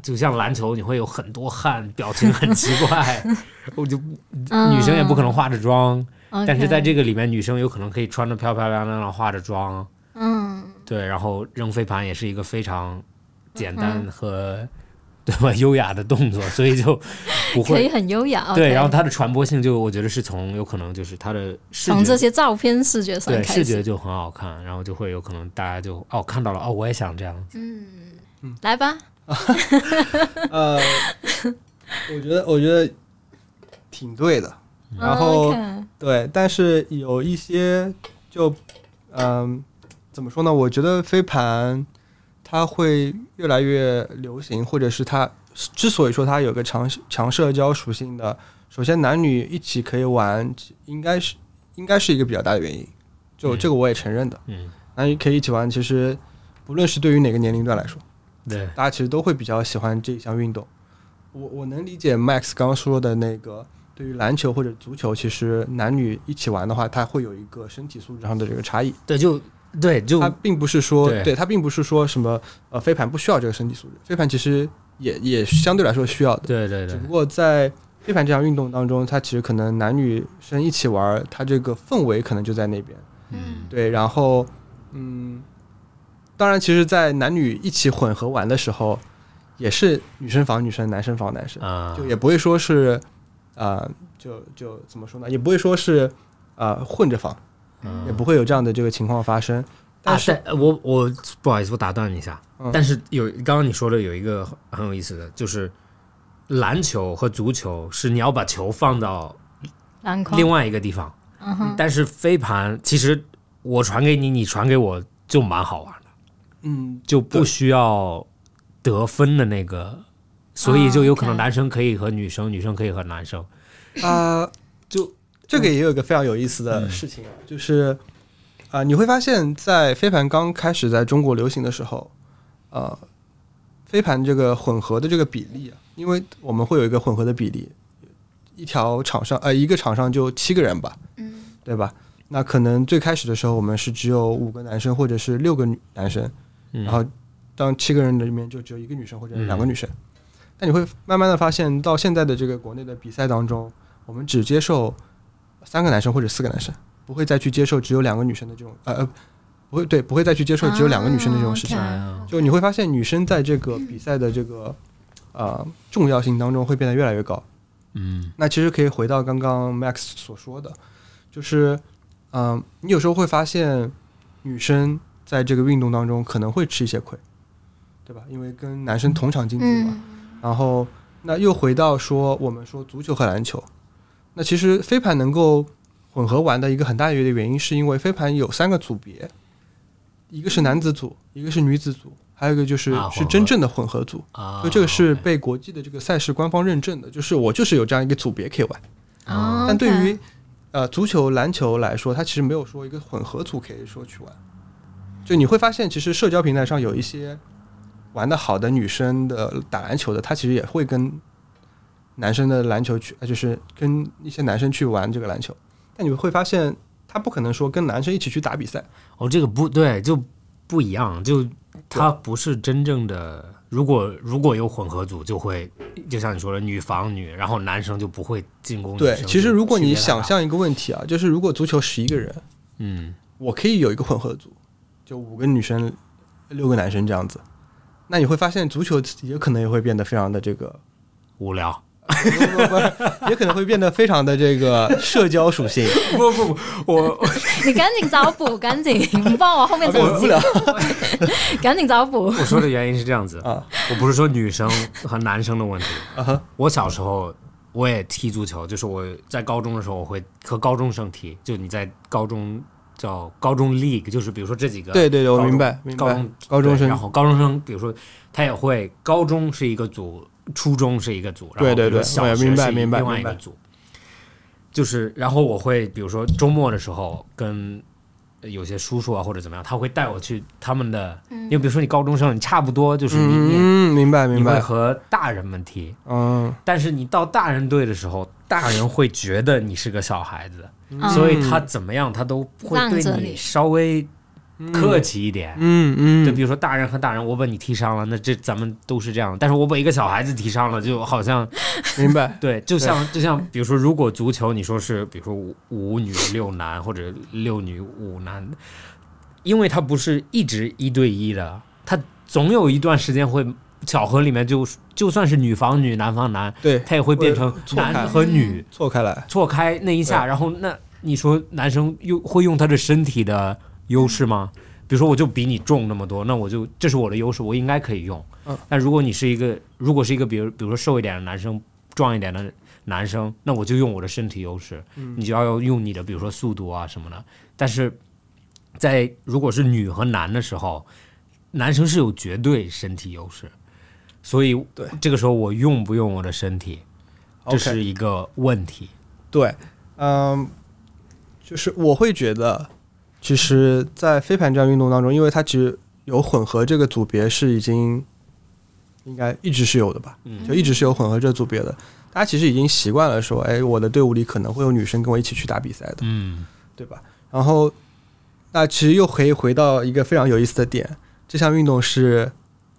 S2: 就像篮球，你会有很多汗，表情很奇怪。我就女生也不可能化着妆，
S4: 能
S2: 但是在这个里面，女生有可能可以穿着漂漂亮亮的化着妆，
S4: 嗯，
S2: 对，然后扔飞盘也是一个非常简
S4: 嗯
S2: 单和、对吧 优雅的动作，所以就不
S4: 可
S2: 会
S4: 以很优雅。
S2: 对。
S4: OK
S2: 然后它的传播性就我觉得是从有可能就是它的视
S4: 从这
S2: 觉
S4: 些照片视觉上
S2: 对
S4: 开
S2: 视
S4: 始
S2: 觉。就很好看，然后就会有可能大家就哦看到了哦我也想这样
S4: 嗯
S2: 子，
S4: 来吧，
S3: 呃，我觉得我觉得挺对的，然后。
S4: 嗯
S3: 对，但是有一些就嗯、怎么说呢？我觉得飞盘它会越来越流行，或者是它之所以说它有个强强社交属性的，首先男女一起可以玩，应该是应该是一个比较大的原因。就
S2: 嗯
S3: 这个我也承认的，
S2: 嗯，
S3: 男女可以一起玩，其实不论是对于哪个年龄段来说，
S2: 对，
S3: 大家其实都会比较喜欢这项运动。我我能理解 Max 刚刚说的那个，对于篮球或者足球，其实男女一起玩的话，它会有一个身体素质上的这个差异。
S2: 对就对就
S3: 它并不是说，
S2: 对
S3: 对它并不是说什么呃飞盘不需要这个身体素质，飞盘其实也也相对来说需要的，
S2: 对对
S3: 只
S2: 对
S3: 不过在飞盘这项运动当中，它其实可能男女生一起玩儿，它这个氛围可能就在那边。
S2: 嗯
S3: 对，然后嗯，当然，其实，在男女一起混合玩的时候，也是女生防女生，男生防男生，
S2: 啊，
S3: 就也不会说是啊、呃就就怎么说呢，也不会说是呃混着防，
S2: 嗯
S3: 也不会有这样的这个情况发生。但
S2: 啊
S3: 是，
S2: 呃我我不好意思，我打断你一下。
S3: 嗯
S2: 但是有刚刚你说的有一个很有意思的，就是篮球和足球是你要把球放到
S4: 篮筐
S2: 另，外一个地方，
S4: 嗯哼，
S2: 但是飞盘其实我传给你，你传给我就蛮好玩的，
S3: 嗯，
S2: 就不需要得分的那个，所以就有可能
S4: 哦 OK
S2: 男生可以和女生，女生可以和男生。
S3: 啊、就这个也有一个非常有意思的事情啊，就是啊、你会发现在飞盘刚开始在中国流行的时候，呃，飞盘这个混合的这个比例啊，因为我们会有一个混合的比例，一条场上呃一个场上就七个人吧，
S4: 嗯，
S3: 对吧？那可能最开始的时候我们是只有五个男生或者是六个女男生，
S2: 嗯
S3: 然后当七个人里面就只有一个女生或者两个女生。但你会慢慢的发现，到现在的这个国内的比赛当中，我们只接受三个男生或者四个男生，不会再去接受只有两个女生的这种呃呃，不会对，不会再去接受只有两个女生的这种事情。
S2: 嗯
S4: 啊，OK
S3: 就你会发现，女生在这个比赛的这个呃重要性当中会变得越来越高。
S2: 嗯
S3: 那其实可以回到刚刚 Max 所说的，就是，嗯、你有时候会发现女生在这个运动当中可能会吃一些亏，对吧？因为跟男生同场竞技嘛。
S4: 嗯，
S3: 然后，那又回到说我们说足球和篮球，那其实飞盘能够混合玩的一个很大一个原因，是因为飞盘有三个组别，一个是男子组，一个是女子组，还有一个就是、
S2: 啊
S3: 是
S2: 混合
S3: 真正的混合组。
S2: 啊，
S3: 就这个是
S2: OK
S3: 被国际的这个赛事官方认证的，就是我就是有这样一个组别可以玩。
S2: 啊
S4: 哦
S3: 但对于呃足球、篮球来说，它其实没有说一个混合组可以说去玩。就你会发现，其实社交平台上有一些玩的好的女生的打篮球的，她其实也会跟男生的篮球去，呃就是跟一些男生去玩这个篮球。但你会发现，她不可能说跟男生一起去打比赛。
S2: 哦，这个不对，就不一样，就它不是真正的。如果如果有混合组，就会就像你说的，女防女，然后男生就不会进攻女
S3: 对
S2: 生，
S3: 其实如果
S2: 就
S3: 你
S2: 区别太大
S3: 想，象一个问题啊，就是如果足球十一个人，
S2: 嗯，
S3: 我可以有一个混合组，就五个女生，六个男生这样子。那你会发现，足球也可能也会变得非常的这个，
S2: 无聊。
S3: 不不不也可能会变得非常的这个社交属性，
S2: 不不不，我
S4: 你赶紧找补，赶紧，你帮我 后面怎么
S3: 无聊
S4: 记，赶紧找补。
S2: 我说的原因是这样子，
S3: 啊
S2: 我不是说女生和男生的问题。
S3: 啊哈
S2: 我小时候我也踢足球，就是我在高中的时候，我会和高中生踢，就你在高中叫高中 league，就是比如说这几个
S3: 对对对，我
S2: 高中
S3: 明白明
S2: 高
S3: 白
S2: 中。
S3: 高中
S2: 对
S3: 生
S2: 然后高中生，比如说他也会，高中是一个组，初中是一个组，然
S3: 对
S2: 后比
S3: 对
S2: 如说
S3: 对
S2: 小
S3: 我也
S2: 学
S3: 明白
S2: 是一
S3: 明白
S2: 另外一
S3: 明
S2: 个
S3: 白
S2: 组，就是然后我会比如说周末的时候跟有些叔叔啊或者怎么样，他会带我去他们的，因为比如说你高中生，你差不多就是你你
S3: 嗯，明白
S2: 你
S3: 明
S2: 会
S3: 白，
S2: 和大人们踢，
S3: 嗯，
S2: 但是你到大人队的时候，大人会觉得你是个小孩子，
S3: 嗯
S2: 所以他怎么样他都会
S4: 让着
S2: 对
S4: 你
S2: 稍微客气一点，
S3: 嗯
S2: 就
S3: 嗯
S2: 比如说大人和大人，我把你踢伤了，那这咱们都是这样的。但是我把一个小孩子踢伤了，就好像
S3: 明白
S2: 对，就像就像比如说，如果足球你说是比如说五五女六男或者六女五男，因为它不是一直一对一的，它总有一段时间会巧合里面就就算是女防女男防男，
S3: 对，
S2: 它也会变成
S3: 会错开
S2: 男和女
S3: 错开来，
S2: 错开那一下，然后那你说男生又会用他的身体的优势吗？
S3: 嗯
S2: 比如说我就比你重那么多，那我就这是我的优势，我应该可以用。
S3: 嗯
S2: 但如果你是一个，如果是一个比如比如说瘦一点的男生，壮一点的男生，那我就用我的身体优势，
S3: 嗯
S2: 你就要用你的比如说速度啊什么的。但是在如果是女和男的时候，男生是有绝对身体优势，所以
S3: 对
S2: 这个时候我用不用我的身体，这
S3: OK
S2: 是一个问题。
S3: 对，嗯，就是我会觉得，其实，在飞盘这样运动当中，因为它其实有混合这个组别是已经应该一直是有的吧，
S2: 嗯
S3: 就一直是有混合这个组别的。大家其实已经习惯了说，哎，我的队伍里可能会有女生跟我一起去打比赛的，
S2: 嗯
S3: 对吧？然后，那其实又可以回到一个非常有意思的点，这项运动是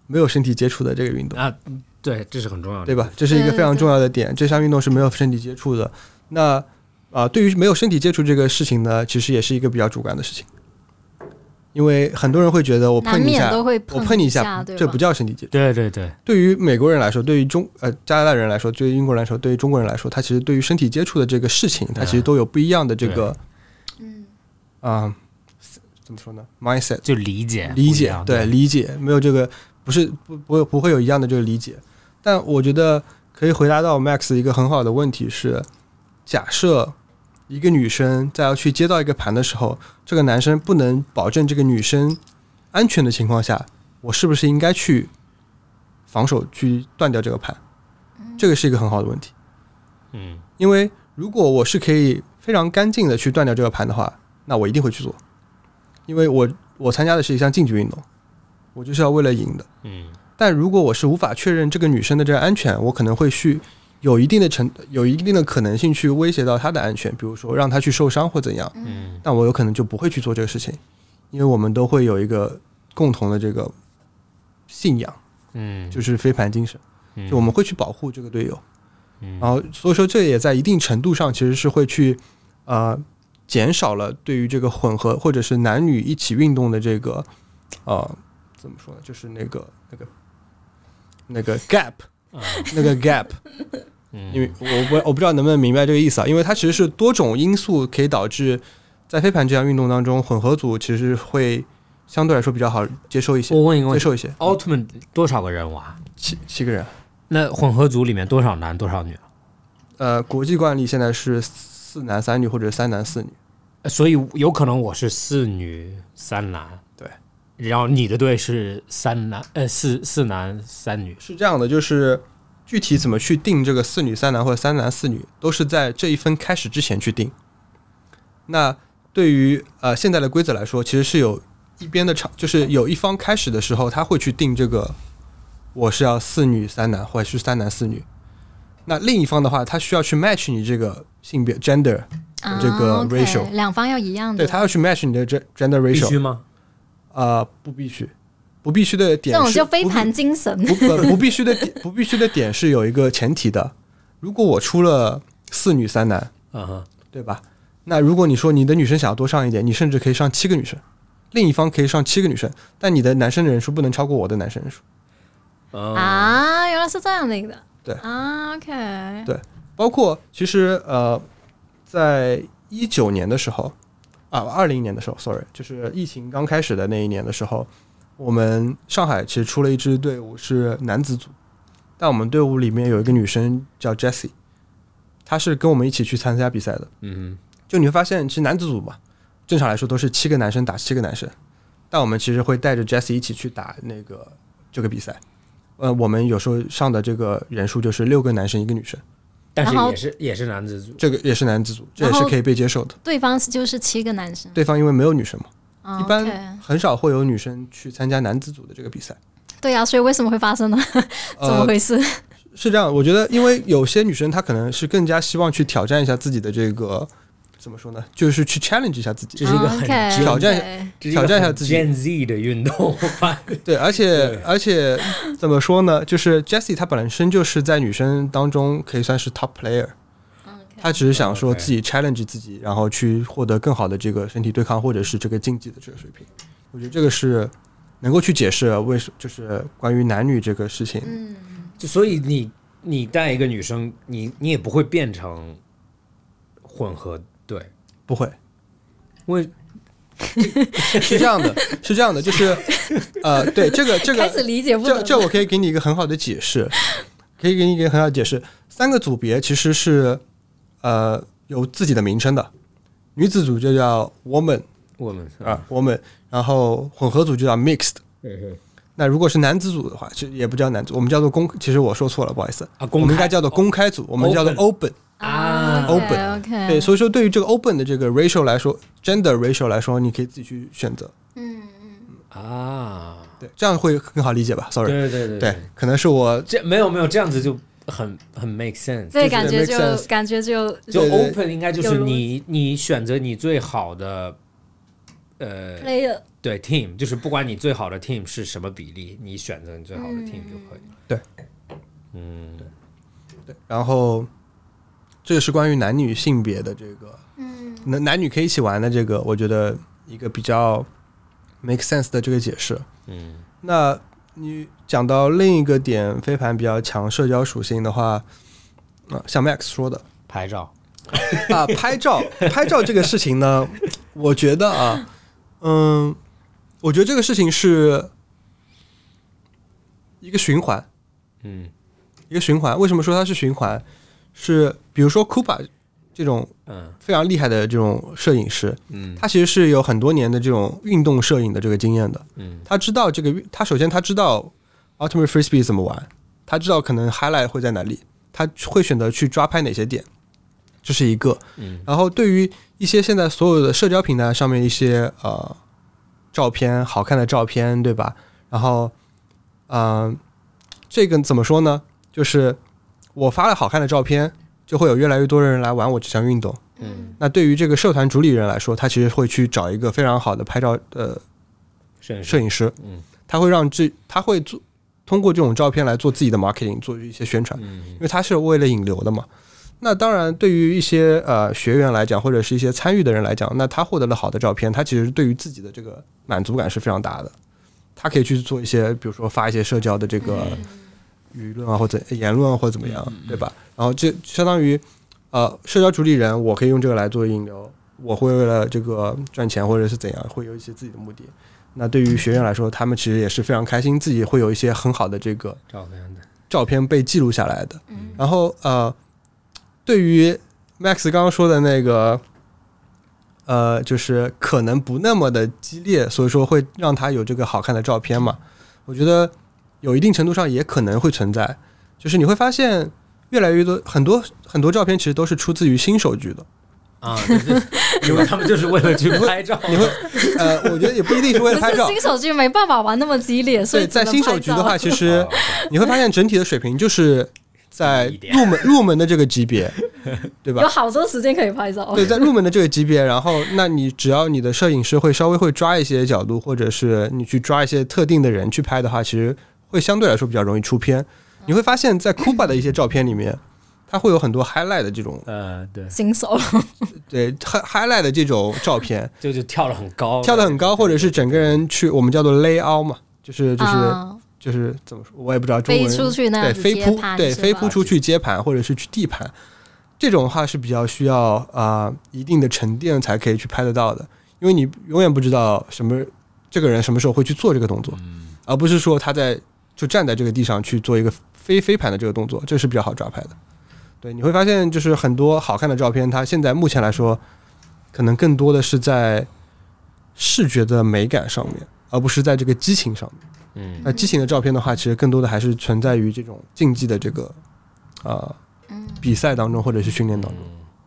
S3: 没有身体接触的这个运动。
S2: 啊，对，这是很重要的，
S3: 对吧？？这是一个非常重要的点。这项运动是没有身体接触的。那啊、对于没有身体接触这个事情呢，其实也是一个比较主观的事情，因为很多人会觉得我
S4: 难
S3: 碰你一
S4: 免
S3: 下，
S4: 都会
S3: 我
S4: 碰
S3: 碰你一
S4: 下，
S3: 下
S4: 对，吧？
S3: 这不叫身体接触。
S2: 对对对，
S3: 对于美国人来说，对于中呃加拿大人来说，对于英国人来说，对于中国人来说，他其实对于身体接触的这个事情，他其实都有不一样的这个
S4: 嗯，
S3: 啊、怎么说呢？mindset
S2: 就理解不一
S3: 理解
S2: 样，
S3: 对理解，没有这个不是不不会不会有一样的这个理解。但我觉得可以回答到 Max 一个很好的问题是：假设一个女生在要去接到一个盘的时候，这个男生不能保证这个女生安全的情况下，我是不是应该去防守去断掉这个盘？这个是一个很好的问题，
S2: 嗯，
S3: 因为如果我是可以非常干净的去断掉这个盘的话，那我一定会去做，因为我我参加的是一项竞技运动，我就是要为了赢的。
S2: 嗯，
S3: 但如果我是无法确认这个女生的这个安全，我可能会去有一定的程有一定的可能性去威胁到她的安全，比如说让她去受伤或怎样。
S2: 嗯，
S3: 但我有可能就不会去做这个事情，因为我们都会有一个共同的这个信仰，
S2: 嗯，
S3: 就是飞盘精神，
S2: 嗯
S3: 就我们会去保护这个队友。
S2: 嗯
S3: 然后所以说这也在一定程度上其实是会去呃减少了对于这个混合或者是男女一起运动的这个呃怎么说呢，就是那个那个那个 gap
S2: 啊
S3: 那个 gap，
S2: 嗯
S3: 因为我不我不知道能不能明白这个意思啊，因为它其实是多种因素可以导致在飞盘这项运动当中，混合组其实会相对来说比较好接受一些
S2: 我，问一个
S3: 接
S2: 问题，
S3: 受一些。
S2: 奥特曼多少个人物啊？
S3: 七七个人，
S2: 那混合组里面多少男多少女？
S3: 呃，国际惯例现在是四男三女或者三男四女。
S2: 呃所以有可能我是四女三男，
S3: 对，
S2: 然后你的队是三男呃四四男三女，
S3: 是这样的，就是具体怎么去定这个四女三男或者三男四女，都是在这一分开始之前去定。那对于呃现在的规则来说，其实是有一边的场，就是有一方开始的时候，他会去定这个我是要四女三男，或者是三男四女。那另一方的话，他需要去 match 你这个性别 gender，
S4: 啊
S3: 这个
S4: OK，
S3: ratio
S4: 两方要一样的，
S3: 对他要去 match 你的 gen- gender
S2: 必
S3: ratio，
S2: 须吗？
S3: 呃，不必须，不必须的
S4: 这
S3: 点
S4: 种
S3: 是
S4: 就飞
S3: 不必
S4: 盘精神。
S3: 不不不必须的点，不必须的点是有一个前提的。如果我出了四女三男，
S2: 嗯哼，
S3: 对吧？那如果你说你的女生想要多上一点，你甚至可以上七个女生，另一方可以上七个女生，但你的男生的人数不能超过我的男生人数。
S2: 嗯
S4: 啊，原来是这样的一个。
S3: 对
S4: 啊，OK，
S3: 包括其实呃，在一九年的时候啊，二零年的时候，sorry，就是疫情刚开始的那一年的时候，我们上海其实出了一支队伍是男子组，但我们队伍里面有一个女生叫 Jessie，她是跟我们一起去参加比赛的。
S2: 嗯
S3: 就你会发现，其实男子组嘛，正常来说都是七个男生打七个男生，但我们其实会带着 Jesse 一起去打那个这个比赛。呃，我们有时候上的这个人数就是六个男生一个女生，
S2: 哼，但是
S4: 然后
S2: 也是也是男子组，
S3: 这个也是男子组，这也
S4: 然后
S3: 是可以被接受的。
S4: 对方就是七个男生。
S3: 对方因为没有女生嘛，
S4: 啊
S3: 一
S4: OK
S3: 般很少会有女生去参加男子组的这个比赛。
S4: 对啊呀、所以为什么会发生呢？怎么
S3: 呃，
S4: 回事？
S3: 是这样，我觉得因为有些女生她可能是更加希望去挑战一下自己的这个怎么说呢，就是去 challenge 一下自己，
S2: 这是一
S4: 啊
S2: 个很
S4: 哦 OK，
S2: 挑
S3: 战
S4: OK
S2: 这是一个
S3: 挑战一下
S2: 很
S3: 自己
S2: Gen Z 的运动，
S3: 对，而且
S2: 对
S3: 而且怎么说呢？就是 Jessie 她本身就是在女生当中可以算是 top player，
S4: OK
S3: 她只是想说
S2: OK
S3: 自己 challenge 自己，然后去获得更好的这个身体对抗或者是这个竞技的这个水平。我觉得这个是能够去解释为什就是关于男女这个事情。
S4: 嗯，
S2: 就所以你你带一个女生，你你也不会变成混合队，
S3: 不会
S2: 因为
S3: 是这样的，是这样的，就是呃，对这个这个
S4: 开始理解不
S3: 这
S4: 能
S3: 这我可以给你一个很好的解释，可以给你一个很好的解释。三个组别其实是呃有自己的名称的，女子组就叫 woman
S2: 我们
S3: 啊 woman，然后混合组就叫 mixed。那如果是男子组的话，其实也不叫男组，我们叫做公，其实我说错了，不好意思，
S2: 啊，
S3: 我
S2: 公
S3: 们应
S2: 开
S3: 该叫做公开组，我们叫做 open。
S2: 啊
S3: open
S4: OK，
S3: 对，所以说对于这个 open 的这个 ratio 来说，gender ratio 来说，你可以自己去选择。
S4: 嗯嗯，
S2: 啊，
S3: 对，这样会更好理解吧？Sorry，
S2: 对对对
S3: 对，可能是我
S2: 这没有没有这样子就很很 make sense。
S4: 这感觉
S3: make
S4: 就
S3: sense
S4: 感觉就
S2: 就
S3: 对对
S2: open 应该就是你你选择你最好的，呃，
S4: player
S2: 对
S3: 嗯
S2: team，就是不管你最好的 team 是什么比例，你选择你最好的 team 就可以了。嗯，
S3: 然后这个是关于男女性别的这个，嗯，男男女可以一起玩的这个，我觉得一个比较 make sense 的这个解释。
S2: 嗯，
S3: 那你讲到另一个点，飞盘比较强社交属性的话，啊，像 Max 说的
S2: 拍照，
S3: 啊，拍照拍照这个事情呢，我觉得啊，嗯，我觉得这个事情是一个循环，
S2: 嗯
S3: 一个循环。为什么说它是循环？是比如说 Kuba 这种
S2: 嗯
S3: 非常厉害的这种摄影师，
S2: 嗯
S3: 他其实是有很多年的这种运动摄影的这个经验的。
S2: 嗯
S3: 他知道这个，他首先他知道 Ultimate Frisbee 怎么玩，他知道可能 highlight 会在哪里，他会选择去抓拍哪些点，这是一个。
S2: 嗯
S3: 然后对于一些现在所有的社交平台上面一些呃照片，好看的照片，对吧？然后，嗯、这个怎么说呢？就是我发了好看的照片，就会有越来越多的人来玩我这项运动。
S2: 嗯，
S3: 那对于这个社团主理人来说，他其实会去找一个非常好的拍照呃
S2: 摄影师
S3: 摄影师，
S2: 嗯
S3: 他会让这他会做通过这种照片来做自己的 marketing，做一些宣传，因为他是为了引流的嘛。那当然，对于一些呃学员来讲，或者是一些参与的人来讲，那他获得了好的照片，他其实对于自己的这个满足感是非常大的。他可以去做一些，比如说发一些社交的这个舆论啊，或者言论啊，或者怎么样，对吧？然后这相当于呃，社交主理人，我可以用这个来做引流，我会为了这个赚钱或者是怎样，会有一些自己的目的。那对于学员来说，他们其实也是非常开心，自己会有一些很好的这个
S2: 照片的，
S3: 照片被记录下来的。
S4: 嗯
S3: 然后呃，对于 Max 刚刚说的那个，呃，就是可能不那么的激烈，所以说会让他有这个好看的照片嘛。我觉得有一定程度上也可能会存在，就是你会发现越来越多很多很多照片其实都是出自于新手举的。
S2: 啊，对对 因为他们就是为了去拍照，
S3: 你会呃，我觉得也不一定是为
S4: 可
S3: 了拍
S4: 是
S3: 照。
S4: 新手剧没办法玩那么啊激烈，所
S3: 对，
S4: 以
S3: 在新手局的话，其
S4: 只
S2: 哦
S3: 实你会发现整体的水平就是在
S2: 低一点
S3: 入门入门的这个级 别，对吧
S4: 能拍照，有？好多时间可以拍照。
S3: 对，在入门的这个级别，然后那你只要你的摄影师会稍微会抓一些角度，或者是你去抓一些特定的人去拍的话，其实会相对来说比较容易出片。你会发现在 Kuba 的一些照片里面，它会有很多 highlight 的这种
S2: 呃，对，
S4: 新手，
S3: 对 hi- highlight 的这种照片，
S2: 就就跳得很高，
S3: 跳得很高，或者是整个人去我们叫做 lay out 嘛，就是就是、
S4: 啊
S3: 就是怎么说，我也不知道中
S4: 飞
S3: 文
S4: 出去那
S3: 对
S4: 样子
S3: 飞
S4: 接
S3: 扑
S4: 拍，
S3: 对
S4: 是吧
S3: 飞扑出去接盘或者是去地盘，这种的话是比较需要啊、呃一定的沉淀才可以去拍得到的，因为你永远不知道什么这个人什么时候会去做这个动作，而不是说他在就站在这个地上去做一个飞飞盘的这个动作，这是比较好抓拍的。对，你会发现就是很多好看的照片，它现在目前来说，可能更多的是在视觉的美感上面，而不是在这个激情上面。
S2: 嗯，
S3: 那激情的照片的话，其实更多的还是存在于这种竞技的这个呃比赛当中，或者是训练当中。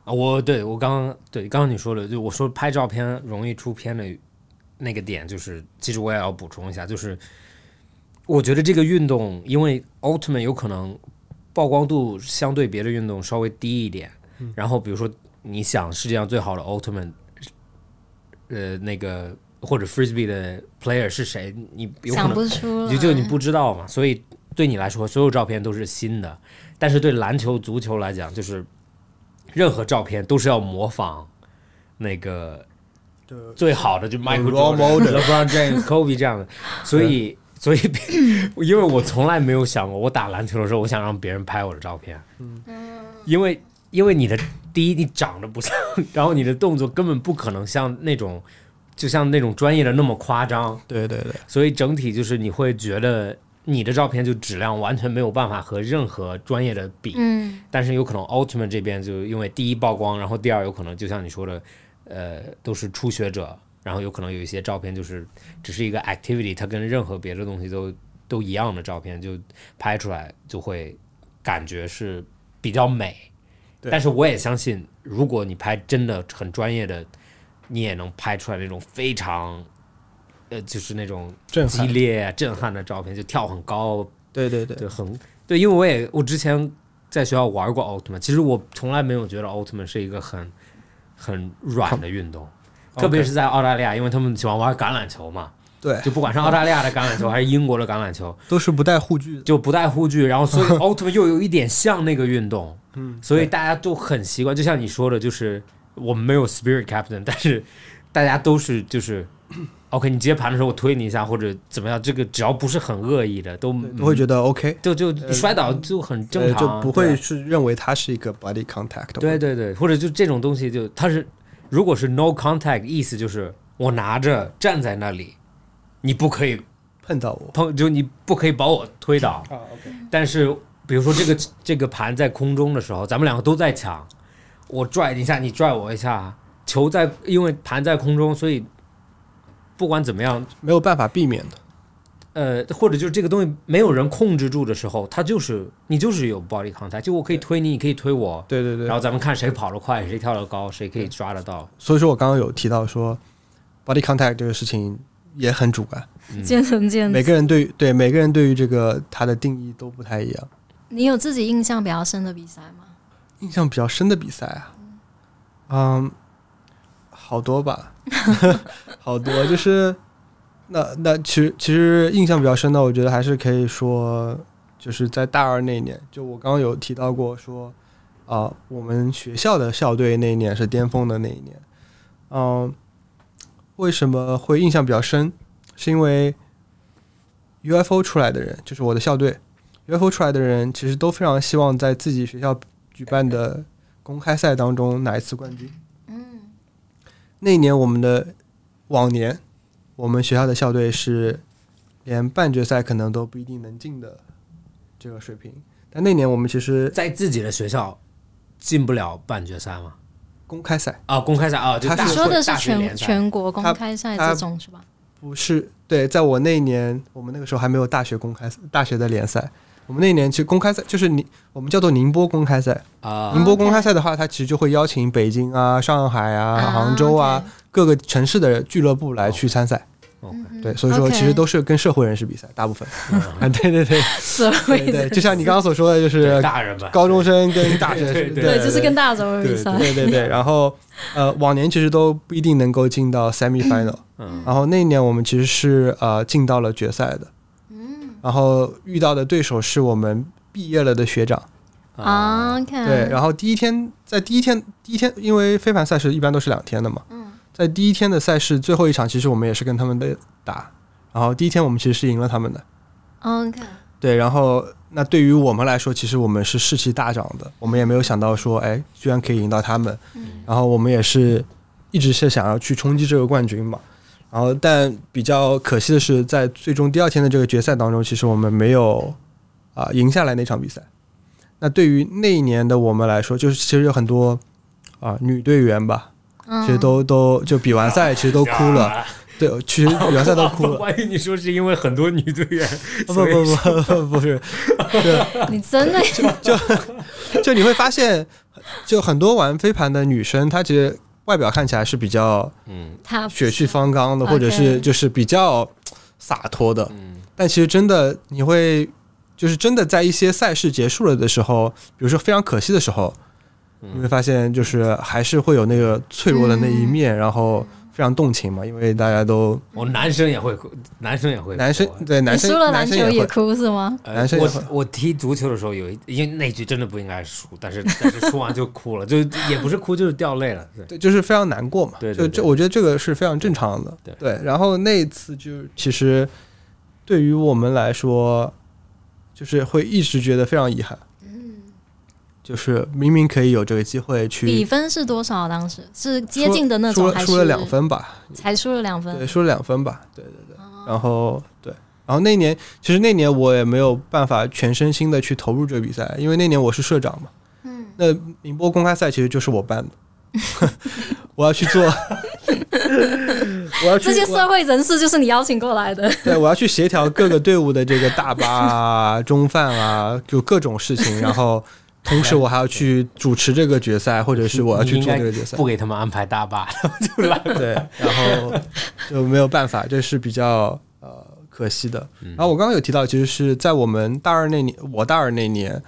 S2: 啊，我对我刚刚对刚刚你说了，就我说拍照片容易出片的那个点，就是其实我也要补充一下，就是我觉得这个运动，因为 Ultimate 有可能曝光度相对别的运动稍微低一点，
S3: 嗯
S2: 然后比如说你想世界上最好的 Ultimate，呃，那个或者 Frisbee 的 player 是谁，你有可
S4: 想
S2: 能
S4: 不出来，
S2: 你就你不知道嘛，所以对你来说，所有照片都是新的。但是对篮球、足球来讲，就是任何照片都是要模仿那个最好的，就 Michael
S3: role
S2: Jordan、LeBron James、Kobe 这样的。所以，所以， 因为我从来没有想过，我打篮球的时候，我想让别人拍我的照片，因为因为你的第一，你长得不像，然后你的动作根本不可能像那种。就像那种专业的那么夸张，
S3: 对对对，
S2: 所以整体就是你会觉得你的照片就质量完全没有办法和任何专业的比，
S4: 嗯，
S2: 但是有可能 Ultimate 这边就因为第一曝光，然后第二有可能就像你说的，呃，都是初学者，然后有可能有一些照片就是只是一个 activity，它跟任何别的东西都都一样的照片，就拍出来就会感觉是比较美。
S3: 对
S2: 但是我也相信，如果你拍真的很专业的，你也能拍出来那种非常，呃，就是那种
S3: 震
S2: 激
S3: 撼。
S2: 烈、啊震撼的照片，就跳很高，
S3: 对对嗯对
S2: 对，很对，因为我也我之前在学校玩过奥特曼，其实我从来没有觉得奥特曼是一个很很软的运动，特别是在澳大利亚，因为他们喜欢玩橄榄球嘛，
S3: 对，
S2: 就不管是澳大利亚的橄榄球还是英国的橄榄球，
S5: 都是不带护具的。
S2: 就不带护具，然后所 以奥特曼又有一点像那个运动，
S3: 嗯，
S2: 所以大家都很习惯。就像你说的，就是我们没有 spirit captain，但是大家都是就是 OK，你接盘的时候我推你一下或者怎么样，这个只要不是很恶意的，都嗯
S3: 都会觉得 OK，
S2: 就就摔倒就很正
S3: 呃
S2: 常，
S3: 就不会是认为它是一个 body contact。
S2: 对对对，或者就这种东西就它是如果是 no contact，意思就是我拿着站在那里，你不可以
S3: 碰到我
S2: 碰，就你不可以把我推倒。
S3: 啊，OK，
S2: 但是比如说这个这个盘在空中的时候，咱们两个都在抢，我拽你一下，你拽我一下，球在因为盘在空中，所以不管怎么样，
S3: 没有办法避免的。
S2: 呃，或者就是这个东西没有人控制住的时候，它就是你就是有 body contact，就我可以推你，你可以推我。
S3: 对对对
S2: 然，后咱们看谁跑得快，谁跳得高，谁可以抓得到。
S3: 所以说我刚刚有提到说，body contact 这个事情也很主观，
S4: 见仁见
S3: 嗯每
S4: 智。
S3: 个人对对每个人对于这个它的定义都不太一样。
S4: 你有自己印象比较深的比赛吗？
S3: 印象比较深的比赛啊，嗯，好多吧，好多就是那那其实其实印象比较深的，我觉得还是可以说，就是在大二那一年，就我刚刚有提到过说啊、我们学校的校队那一年是巅峰的那一年，嗯，为什么会印象比较深？是因为 UFO 出来的人，就是我的校队 UFO 出来的人，其实都非常希望在自己学校举办的公开赛当中拿一次冠军。
S4: 嗯，
S3: 那一年我们的往年，我们学校的校队是连半决赛可能都不一定能进的这个水平。但那年我们其实
S2: 在自己的学校进不了半决赛吗？
S3: 公开赛
S2: 啊，公开赛啊，就
S3: 他
S2: 大
S4: 你
S3: 是
S4: 说的是
S2: 大学
S4: 全
S2: 联赛
S4: 全国公
S3: 他
S4: 开赛
S3: 他
S4: 这种是吧？
S3: 不是对，在我那一年，我们那个时候还没有大学公开赛，大学的联赛。我们那一年其实公开赛就是宁，我们叫做宁波公开赛。
S2: 啊
S3: 宁波公
S4: OK
S3: 开赛的话，它其实就会邀请北京啊、上海啊、
S4: 啊
S3: 杭州啊、
S4: OK
S3: 各个城市的俱乐部来去参赛。
S2: ，OK，嗯
S4: 嗯
S3: 对，所以说
S4: OK
S3: 其实都是跟社会人士比赛，大部分。 啊，对对对
S4: 社
S3: 对
S4: 会
S3: 对，
S4: 的，
S3: 就像你刚刚所说的，就是
S2: 对大人吧，
S3: 高中生跟大学生，
S2: 对对
S4: 对，就是跟大洲人
S3: 对
S4: 比
S3: 对
S4: 赛。
S3: 对对对。然后呃，往年其实都不一定能够进到 semi final，
S2: 嗯，
S3: 然后那一年我们其实是呃进到了决赛的，
S4: 嗯
S3: 然后遇到的对手是我们毕业了的学长。
S4: 啊，OK。
S3: 对，然后第一天在第一天第一天，因为飞盘赛事一般都是两天的嘛，
S4: 嗯
S3: 在第一天的赛事最后一场，其实我们也是跟他们的打，然后第一天我们其实是赢了他们的。
S4: ，OK。
S3: 对，然后那对于我们来说，其实我们是士气大涨的，我们也没有想到说，哎，居然可以赢到他们，
S4: 嗯
S3: 然后我们也是一直是想要去冲击这个冠军嘛。然后，但比较可惜的是，在最终第二天的这个决赛当中，其实我们没有啊、赢下来那场比赛。那对于那一年的我们来说，就是其实有很多啊、女队员吧，
S4: 嗯，
S3: 其实都都就比完赛其实都哭了，
S2: 啊，
S3: 对，其实比完赛都 哭了。
S2: 万一你说是因为很多女队员，
S3: 不不不不不是，
S4: 你真 的
S3: 就你会发现，就很多玩飞盘的女生，她其实外表看起来是比较
S2: 嗯
S4: 他
S3: 血气方刚的，或者
S4: 哦 OK
S3: 是就是比较洒脱的，
S2: 嗯，
S3: 但其实真的你会。就是真的在一些赛事结束了的时候，比如说非常可惜的时候，你会发现就是还是会有那个脆弱的那一面，然后非常动情嘛，因为大家都
S2: 我哦男生也会哭，男生也会哭，
S3: 男生对男
S4: 你
S3: 生
S4: 输了篮
S3: 男生
S4: 球
S3: 也
S4: 也
S3: 会
S4: 哭是吗？
S2: 呃
S3: 男生也会
S2: 我我踢足球的时候有一，因为那局真的不应该输，但是 但是输完就哭了，就也不是哭就是掉泪了，对，
S3: 对，就是非常难过嘛。
S2: 对对对
S3: 就这，我觉得这个是非常正常的。
S2: 对
S3: 然后那一次就是其实对于我们来说，就是会一直觉得非常遗憾，
S4: 嗯，
S3: 就是明明可以有这个机会
S4: 比
S3: 去
S4: 分是多少？啊当时是接
S3: 输
S4: 近的那
S3: 输
S4: 种，
S3: 了
S4: 还
S3: 输了
S4: 是
S3: 两，分吧，
S4: 才输了两分哦
S3: 对，。输了两分吧，对对对。然后对，然后那年其实那年我也没有办法全身心的去投入这个比赛，因为那年我是社长嘛。
S4: 嗯，
S3: 那宁波公开赛其实就是我办的， 我要去做， 我要去
S4: 这些
S3: 我
S4: 社会人士就是你邀请过来的。
S3: 对，我要去协调各个队伍的这个大巴啊、中饭啊，就各种事情，然后同时我还要去主持这个决赛，或者是我要去
S2: 你应
S3: 做
S2: 该
S3: 这个决赛
S2: 不。给他们安排大巴，就来，
S3: 对，然后就没有办法，这是比较呃可惜的。
S4: 嗯
S3: 然后我刚刚有提到，其实是在我们大二那年，我大二那年，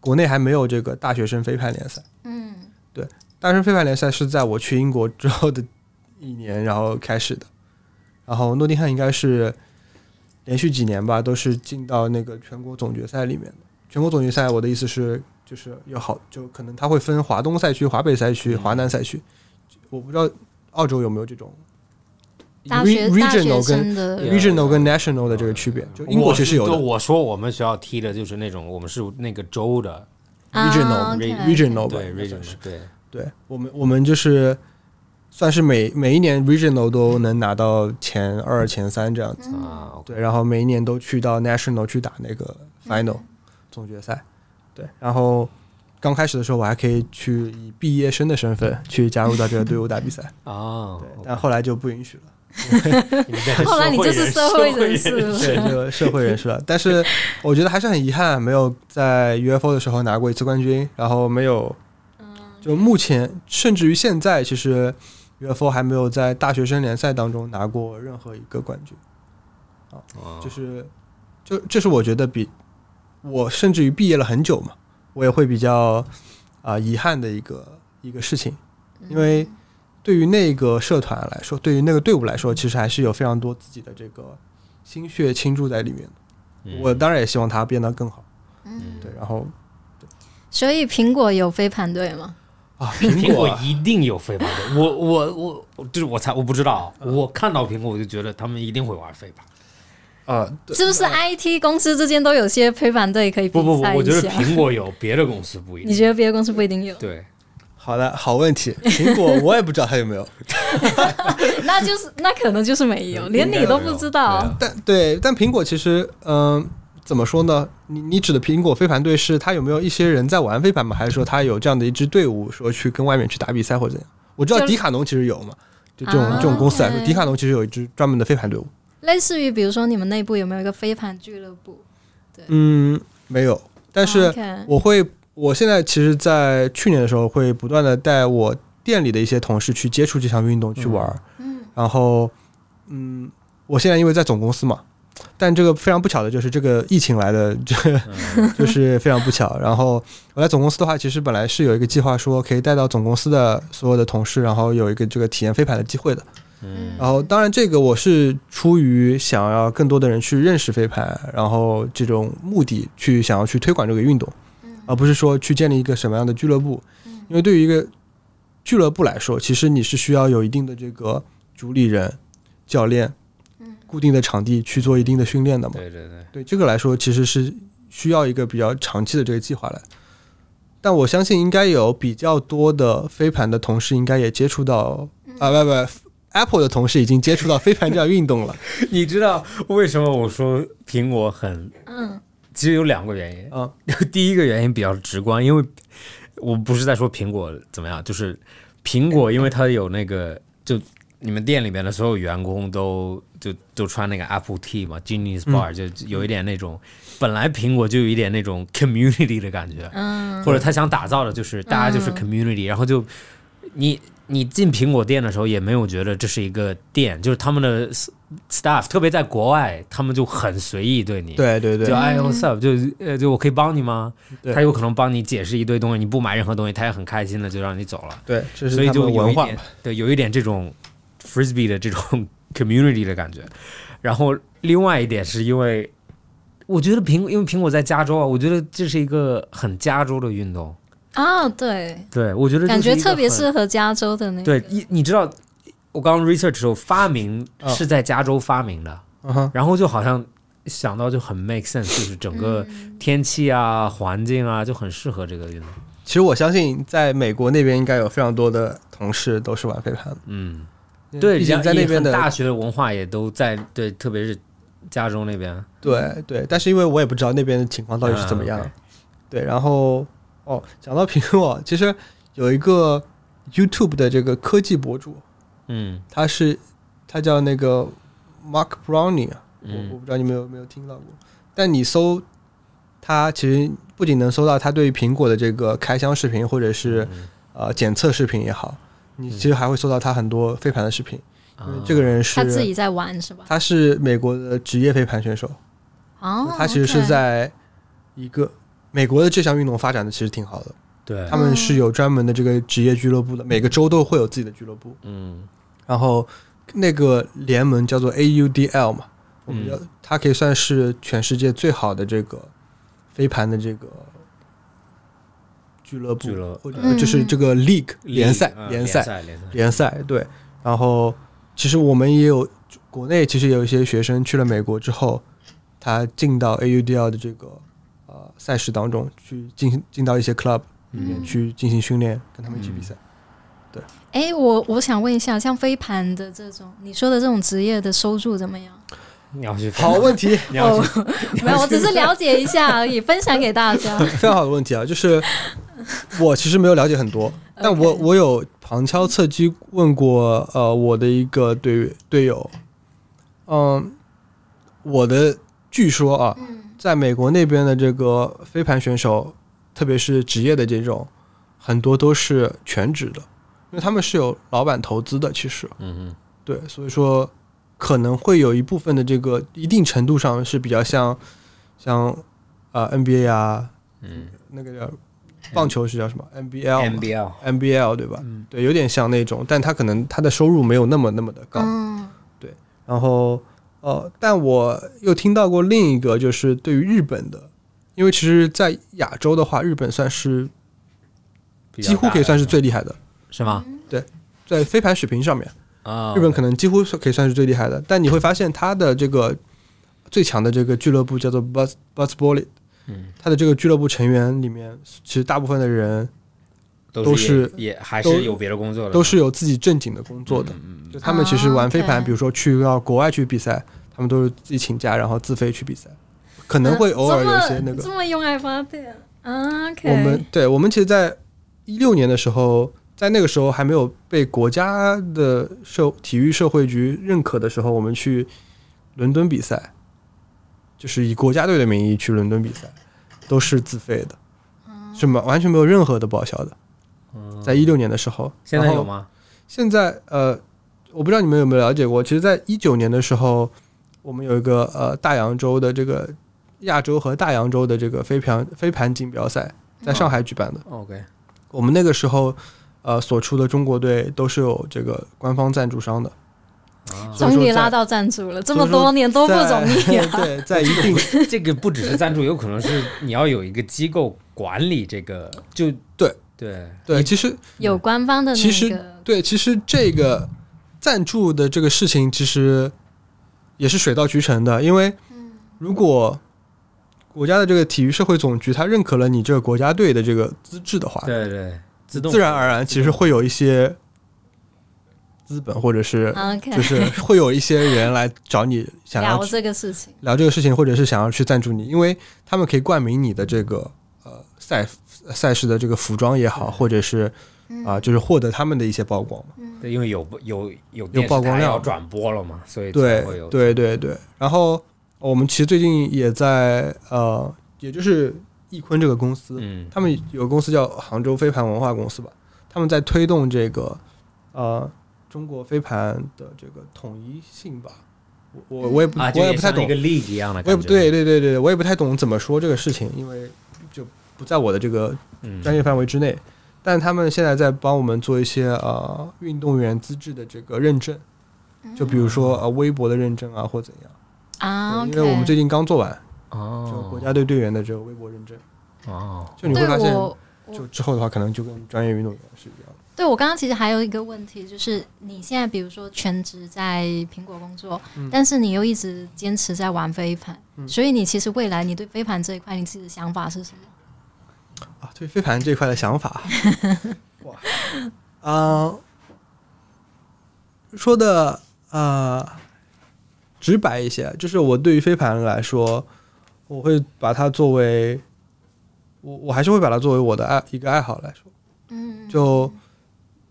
S3: 国内还没有这个大学生飞盘联赛。
S4: 嗯
S3: 大学生飞盘联赛是在我去英国之后的一年，然后开始的。然后诺丁汉应该是连续几年吧，都是进到那个全国总决赛里面的。全国总决赛，我的意思是，就是有好，就可能它会分华东赛区、华北赛区、
S2: 嗯
S3: 华南赛区。我不知道澳洲有没有这种
S4: 大学
S3: re-
S4: 大学
S3: regional 跟
S4: 生的
S3: 呃 regional 跟 national 的这个区别，就 英国其实有
S2: 我
S3: 的
S2: 是我说我们学校踢的就是那种，我们是那个州的，
S4: 啊
S3: regional
S4: OK
S3: regional 吧
S2: 对
S3: 应该算是
S2: region，对，
S3: 对我们，我们就是算是每每一年 regional 都能拿到前二、前三这样子，
S4: 嗯
S2: 啊，OK，
S3: 对，然后每一年都去到 national 去打那个
S4: 嗯
S3: final 总决赛，对，然后刚开始的时候我还可以去以毕业生的身份去加入到这个队伍打比赛，
S2: 啊
S3: 对，但后来就不允许了，
S4: 后来你就是社会人士了
S3: 对，这个社会人士了。但是我觉得还是很遗憾，没有在 UFO 的时候拿过一次冠军，然后没有，就目前甚至于现在，其实 UFO 还没有在大学生联赛当中拿过任何一个冠军。
S2: 哦
S3: 就是，就这是我觉得比我甚至于毕业了很久嘛，我也会比较啊、遗憾的一个一个事情，因为对于那个社团来说，对于那个队伍来说，其实还是有非常多自己的这个心血倾注在里面的。我当然也希望它变得更好，
S4: 嗯，
S3: 对，然后
S4: 所以苹果有飞盘队吗？
S3: 啊，
S2: 苹
S3: 苹
S2: 果
S3: 果
S2: 一定有飞盘的，我我我我就是我才我不知道，啊我看到苹果我就觉得他们一定会玩飞盘。
S3: 啊，对
S4: 是不是 IT 公司之间都有些飞盘队可以比
S2: 不不不，
S4: 赛
S2: 我觉
S4: 一
S2: 得
S4: 下？
S2: 苹果有，别的公司不一
S4: 你
S2: 定。
S4: 觉得别的公司不一定有？
S2: 对，
S3: 好的，好问题，苹果我也不知道它有没有，
S4: 那就是那可能就是没有，连
S2: 应
S4: 你
S2: 该
S4: 都
S2: 没有
S4: 不知道。啊
S3: 但对，但苹果其实，嗯、怎么说呢？你你指的苹果飞盘队是它有没有一些人在玩飞盘吗？还是说它有这样的一支队伍，说去跟外面去打比赛或者怎样？我知道
S4: 就是
S3: 迪卡侬其实有嘛，就这种、
S4: 啊
S3: 这种公司来说，
S4: 对
S3: 迪卡侬其实有一支专门的飞盘队伍。
S4: 类似于比如说你们内部有没有一个飞盘俱乐部？哦
S3: 嗯，没有，但是
S4: 啊 OK
S3: 我会，我现在其实，在去年的时候会不断的带我店里的一些同事去接触这项运动去玩儿，
S4: 嗯
S3: 然后，嗯，我现在因为在总公司嘛，但这个非常不巧的就是这个疫情来的，这就是非常不巧。然后我在总公司的话，其实本来是有一个计划，说可以带到总公司的所有的同事，然后有一个这个体验飞盘的机会的。
S4: 嗯
S3: 然后，当然这个我是出于想要更多的人去认识飞盘，然后这种目的去想要去推广这个运动，而不是说去建立一个什么样的俱乐部。因为对于一个俱乐部来说，其实你是需要有一定的这个主理人、教练、固定的场地去做一定的训练的嘛。
S2: 对对对，
S3: 对这个来说，其实是需要一个比较长期的这个计划来。但我相信，应该有比较多的飞盘的同事，应该也接触到啊，不不，Apple 的同事已经接触到飞盘这项运动了。
S2: 你知道为什么我说苹果很？
S4: 嗯，
S2: 其实有两个原因，
S3: 嗯，
S2: 第一个原因比较直观，因为我不是在说苹果怎么样，就是苹果，因为它有那个，就你们店里面的所有员工都就都穿那个 Apple T 嘛，Genius Bar、就有一点那种，本来苹果就有一点那种 community 的感觉，嗯，或者他想打造的就是大家就是 community，、然后就你。你进苹果店的时候也没有觉得这是一个店，就是他们的 s- staff，特别在国外，他们就很随意对你，
S3: 对对对
S2: 就，哎 what's up，就呃就我可以帮你吗？
S3: 对
S2: 他有可能帮你解释一堆东西，你不买任何东西，他也很开心的就让你走了，
S3: 对，这是
S2: 所以
S3: 他
S2: 就
S3: 们
S2: 有
S3: 文
S2: 一
S3: 化
S2: 点
S3: 吧。
S2: 对，有一点这种 frisbee 的这种 community 的感觉。然后另外一点是因为，我觉得苹果因为苹果在加州啊，我觉得这是一个很加州的运动，
S4: 啊，对，
S2: 对我觉得
S4: 感
S2: 就是
S4: 觉
S2: 一个
S4: 特别
S2: 很
S4: 适合加州的
S3: 哎
S4: 那个
S2: 对，你你知道，我刚刚 research 的时候，发明
S3: 啊
S2: 是在加州发明的，
S3: 嗯哼，
S2: 然后就好像想到就很 make sense，就是 整个
S3: 嗯
S2: 天气啊、环境啊就很适合这个运动。
S3: 其实我相信，在美国那边应该有非常多的同事都是玩飞盘的。
S2: 嗯，对，
S3: 毕竟
S2: 然
S3: 在那
S2: 也
S3: 边
S2: 很
S3: 的
S2: 大学的文化也都在对，特别是加州那边。
S3: 对对，但是因为我也不知道那边的情况到底是怎么样。
S2: 嗯，OK
S3: 对，然后哦，讲到苹果，其实有一个 YouTube 的这个科技博主，
S2: 嗯
S3: 他是他叫那个 Mark Browning，啊我我
S2: 嗯
S3: 不知道你们有没有听到过，但你搜他，其实不仅能搜到他对于苹果的这个开箱视频，或者是呃检测视频也好，你其实还会搜到他很多飞盘的视频，
S2: 啊
S3: 因为这个人是
S4: 他自己在玩是吧？
S3: 他是美国的职业飞盘选手。
S4: 哦，
S3: 它其实是
S4: OK
S3: 在一个美国的这项运动发展的其实挺好的，
S2: 对
S3: 他，们是有专门的这个职业俱乐部的，每个州都会有自己的俱乐部，
S2: 嗯
S3: 然后那个联盟叫做 AUDL 嘛，我们
S2: 嗯
S3: 叫它可以算是全世界最好的这个飞盘的这个俱乐部，
S2: 俱乐
S3: 或者、
S4: 嗯嗯
S3: 就是这个 league 联赛
S2: 嗯
S3: 联
S2: 联
S3: 赛
S2: 赛联赛
S3: 联赛对。然后其实我们也有国内其实有一些学生去了美国之后，他进到 AUDL 的这个呃赛事当中去进进到一些 club 里面
S4: 嗯
S3: 去进行训练，跟他们一起比赛。
S4: 哎，我我想问一下，像飞盘的这种，你说的这种职业的收入怎 么样？
S2: 你要去
S3: 好问 题，
S2: 你要去
S4: 没有，我只是了解一下而已，分享给大家。
S3: 非常好的问题啊，就是我其实没有了解很 多， 但我
S4: OK
S3: 我有旁敲侧击问过呃我的一个队队友，嗯，我的据说啊，
S4: 嗯
S3: 在美国那边的这个飞盘选手，特别是职业的这种，很多都是全职的，因为他们是有老板投资的，其实
S2: 嗯嗯
S3: 对，所以说可能会有一部分的这个一定程度上是比较像像呃 NBA 啊。
S2: 嗯
S3: 那个叫棒球是叫什么 NBL 嘛
S2: NBL
S3: NBL 对吧？
S2: 嗯
S3: 对，有点像那种，但他可能他的收入没有那么那么的高。
S4: 嗯
S3: 然后呃，但我又听到过另一个，就是对于日本的，因为其实，在亚洲的话，日本算是
S2: 比较
S3: 几乎可以算是
S2: 大
S3: 最厉害的，
S2: 的是吗？
S3: 在飞盘水平上面，
S2: 啊，
S3: 嗯日本可能几乎是可以算是最厉害的。但你会发现，他的这个最强的这个俱乐部叫做 Bus Bus b o l l y
S2: 嗯
S3: 他的这个俱乐部成员里面，其实大部分的人
S2: 都
S3: 都
S2: 是
S3: 是
S2: 也也还
S3: 都
S2: 是有别的工作的，
S3: 都是有自己正经的工作的。
S2: 嗯
S3: 就他们其实玩飞盘，
S4: OK
S3: 比如说去到国外去比赛，他们都是自己请假，然后自费去比赛，可能会偶尔有一些那
S4: 嗯这么这
S3: 个。
S4: 么用爱发电啊？OK，
S3: 我们对我们其实，在一六年的时候，在那个时候还没有被国家的社体育社会局认可的时候，我们去伦敦比赛，就是以国家队的名义去伦敦比赛，都是自费的，是吗？完全没有任何的报销的。
S2: 嗯
S3: 在一六年的时候，
S2: 现在
S3: 然后
S2: 有吗？
S3: 现在呃，我不知道你们有没有了解过，其实，在一九年的时候，我们有一个呃大洋洲的这个亚洲和大洋洲的这个飞盘飞盘锦标赛，
S4: 嗯
S3: 在上海举办的。
S2: 哦 OK，
S3: 我们那个时候呃所出的中国队都是有这个官方赞助商的，
S2: 啊
S4: 终于拉到赞助了，这么多年都不容 易
S3: 在
S4: 啊！
S3: 对，在一 定
S2: 这个不只是赞助，有可能是你要有一个机构管理这个，就
S3: 对
S2: 对，
S3: 对，其实
S4: 有官方的
S3: 其
S4: 那
S3: 实
S4: 个，
S3: 对，其实这个赞助的这个事情，其实也是水到渠成的，因为如果国家的这个体育社会总局它认可了你这个国家队的这个资质的话，
S2: 对对，自动
S3: 啊自然而然其实会有一些资本或者是
S4: OK，
S3: 就是会有一些人来找你想要
S4: 聊这个事情，
S3: 聊这个事情，或者是想要去赞助你，因为他们可以冠名你的这个呃赛赛事的这个服装也好，或者是啊、就是获得他们的一些曝光。
S2: 对，因为有有有电视
S3: 曝光
S2: 台
S3: 量
S2: 要转播了嘛，所以才
S3: 对
S2: 会有
S3: 对对对。然后我们其实最近也在呃，也就是易坤这个公司，
S2: 嗯
S3: 他们有个公司叫杭州飞盘文化公司吧，他们在推动这个呃中国飞盘的这个统一性吧。我我我也不、
S2: 啊，
S3: 我
S2: 就
S3: 也
S2: 也
S3: 不太
S2: 像一
S3: 懂
S2: 个，league 一样的
S3: 我
S2: 感
S3: 也不
S2: 觉，
S3: 对，对对对，我也不太懂怎么说这个事情，因为就不在我的这个
S2: 嗯，
S3: 专业范围之内。但他们现在在帮我们做一些呃运动员资质的这个认证，
S4: 嗯
S3: 就比如说呃微博的认证啊，或怎样。
S4: 啊
S3: 对
S4: ，OK，
S3: 因嗯为我们最近刚做完，就
S2: 哦
S3: 国家队队员的这个微博认证，
S2: 哦，
S3: 就你会发
S4: 对
S3: 现，
S4: 我我
S3: 就之后的话可能就跟专业运动员是一样的。
S4: 对我刚刚其实还有一个问题，就是你现在比如说全职在苹果工作，但是你又一直坚持在玩飞盘，所以你其实未来你对飞盘这一块你自己的想法是什么？
S3: 啊，对飞盘这一块的想法，哇，啊、说的呃直白一些，就是我对于飞盘来说，我会把它作为我我还是会把它作为我的爱一个爱好来说，
S4: 嗯，
S3: 就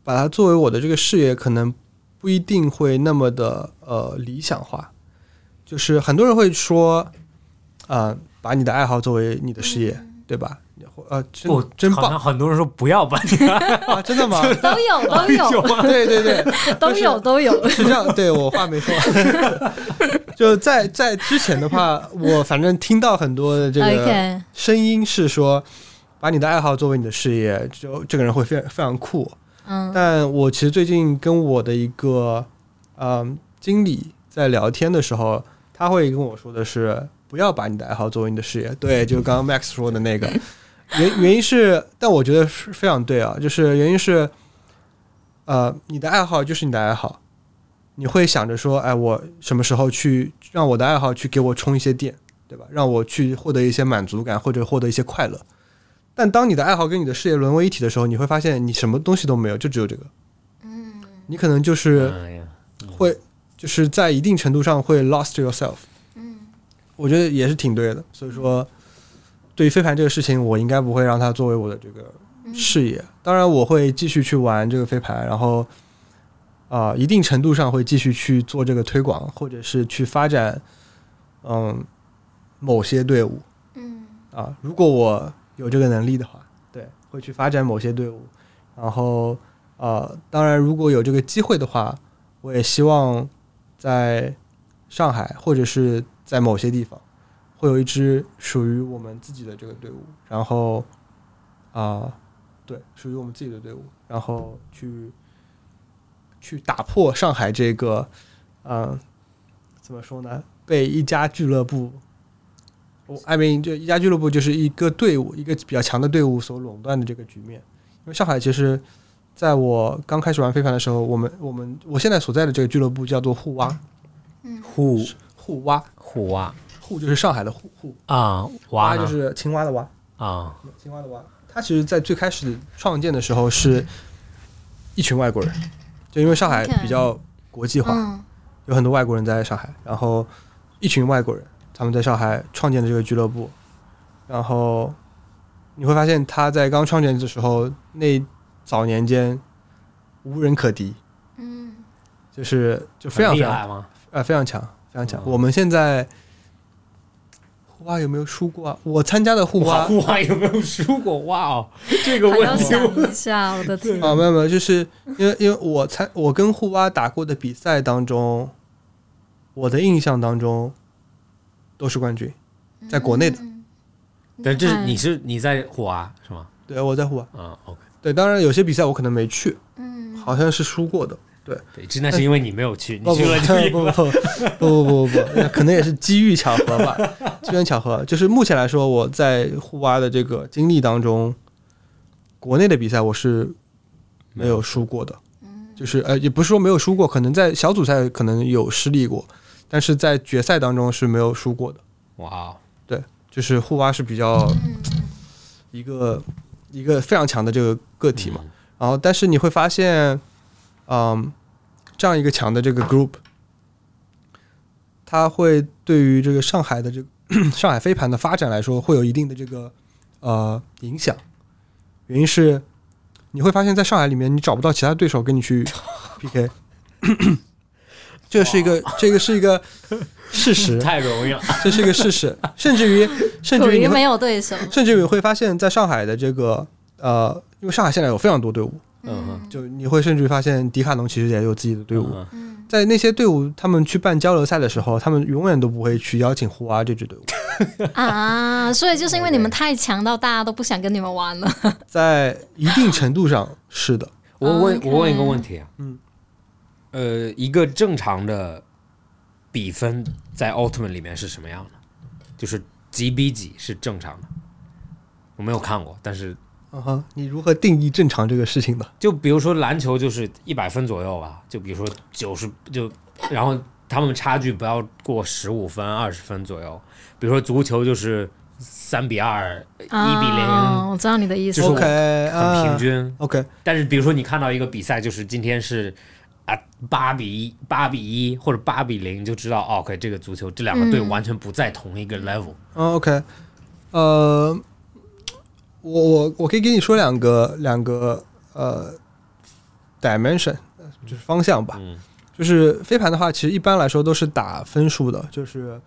S3: 把它作为我的这个事业，可能不一定会那么的呃理想化。就是很多人会说，啊、把你的爱好作为你的事业，
S4: 嗯
S3: 对吧？呃，真
S2: 不，
S3: 真
S2: 好
S3: 棒
S2: 像很多人说不要 吧，
S3: 啊！真的吗？
S4: 都有都有
S3: 对对对，
S4: 都有都有，
S3: 是这样。对我话没说 完，就在在之前的话，我反正听到很多的这 个
S4: OK，
S3: 声音是说，把你的爱好作为你的事业，就这个人会非常非常酷。
S4: 嗯
S3: 但我其实最近跟我的一个嗯，经理在聊天的时候，他会跟我说的是，不要把你的爱好作为你的事业。对，就刚刚 Max 说的那个原原因是，但我觉得是非常对啊，就是原因是，呃，你的爱好就是你的爱好，你会想着说，哎，我什么时候去让我的爱好去给我充一些电，对吧？让我去获得一些满足感或者获得一些快乐。但当你的爱好跟你的事业沦为一体的时候，你会发现你什么东西都没有，就只有这个。嗯，你可能就是
S2: 哎呀，
S3: 会就是在一定程度上会 lost yourself。嗯，我觉得也是挺对的。所以说，对于飞盘这个事情，我应该不会让它作为我的这个
S4: 嗯
S3: 事业。当然，我会继续去玩这个飞盘，然后啊、一定程度上会继续去做这个推广，或者是去发展嗯某些队伍。嗯，啊，如果我有这个能力的话，对，会去发展某些队伍。然后呃，当然，如果有这个机会的话，我也希望在上海或者是在某些地方，会有一支属于我们自己的这个队伍，然后啊、对，属于我们自己的队伍，然后去去打破上海这个，嗯、怎么说呢？被一家俱乐部，我 I mean，就一家俱乐部就是一个队伍，一个比较强的队伍所垄断的这个局面。因为上海其实在我刚开始玩飞盘的时候，我们我们我现在所在的这个俱乐部叫做沪蛙，
S2: 虎
S3: 沪蛙
S2: 虎蛙
S3: 沪就是上海的沪沪，
S2: 啊，
S3: 蛙
S2: 蛙
S3: 就
S2: 呢
S3: 是青蛙的蛙，
S2: 啊，
S3: 青蛙的蛙。它其实，在最开始创建的时候是一群外国人，就因为上海
S4: OK
S3: 比较国际化，
S4: 嗯
S3: 有很多外国人在上海，然后一群外国人他们在上海创建的这个俱乐部，然后你会发现他在刚创建的时候，那早年间无人可敌，
S4: 嗯，
S3: 就是就非常
S2: 很厉
S3: 非常
S2: 害吗？
S3: 啊，非常强，非常强。
S2: 哦
S3: 我们现在互蛙有没有输过啊？我参加的互
S2: 哇，
S3: 蛙
S2: 虎蛙有没有输过？哇哦，这个
S4: 还
S2: 问
S4: 要
S2: 题
S4: 想一下，我的天，
S3: 啊，没有没有，就是因为因为我参我跟互蛙打过的比赛当中，我的印象当中都是冠军，在国内的。
S2: 但这是
S4: 哎
S2: 你是你在虎蛙是吗？
S3: 对，我在互蛙。
S2: 啊，OK，
S3: 对，当然有些比赛我可能没去，
S4: 嗯，
S3: 好像是输过的。
S2: 对，这那是因为你没有去，
S3: 不
S2: 你
S3: 不
S2: 去了就赢
S3: 不
S2: 了。
S3: 不 不不不不，那可能也是机遇巧合 吧，机缘巧合。就是目前来说，我在互蛙的这个经历当中，国内的比赛我是没有输过的，就是呃，也不是说没有输过，可能在小组赛可能有失利过，但是在决赛当中是没有输过的。
S2: 哇哦，
S3: 就是互蛙是比较一个一个非常强的这个个体嘛。然后，但是你会发现，嗯，这样一个强的这个 group，它会对于这个上海的这个 上海飞盘的发展来说，会有一定的这个呃影响。原因是你会发现在上海里面，你找不到其他对手跟你去 PK。这是一个，这个是一个事实，
S2: 太容易了，
S3: 这是一个事 实，甚至于，甚
S4: 苦
S3: 至于你
S4: 于
S3: 会
S4: 没有对手，
S3: 甚至你会发现，在上海的这个呃，因为上海现在有非常多队伍，
S2: 嗯
S3: 就你会甚至发现迪卡侬其实也有自己的队伍。
S2: 嗯
S3: 在那些队伍他们去办交流赛的时候，他们永远都不会去邀请胡蛙这支 队伍。
S4: 啊，所以就是因为你们太强到大家都不想跟你们玩了。
S3: 在一定程度上是的，
S2: 我问
S4: OK
S2: 我问一个问题啊，
S3: 嗯，
S2: 呃，一个正常的比分在奥特曼里面是什么样的？就是几比几是正常的？我没有看过，但是
S3: 嗯哼，你如何定义正常这个事情呢？
S2: 就比如说篮球就是一百分左右吧，就比如说九十就，然后他们差距不要过十五分、二十分左右。比如说足球就是三比二、 一比
S4: 啊
S2: 零，
S4: 我知道你的意思。
S2: 就是
S3: OK 啊
S2: 很平均。
S3: OK，
S2: 但是比如说你看到一个比赛，就是今天是啊八比一、八比一或者八比零，就知道哦 OK 这个足球这两个队完全不在同一个 level。
S3: 嗯，OK，呃，我我我可以给你说两个两个呃 dimension，呃就是方向吧。
S2: 嗯
S3: 就是飞盘的话，其实一般来说都是打分数的，就是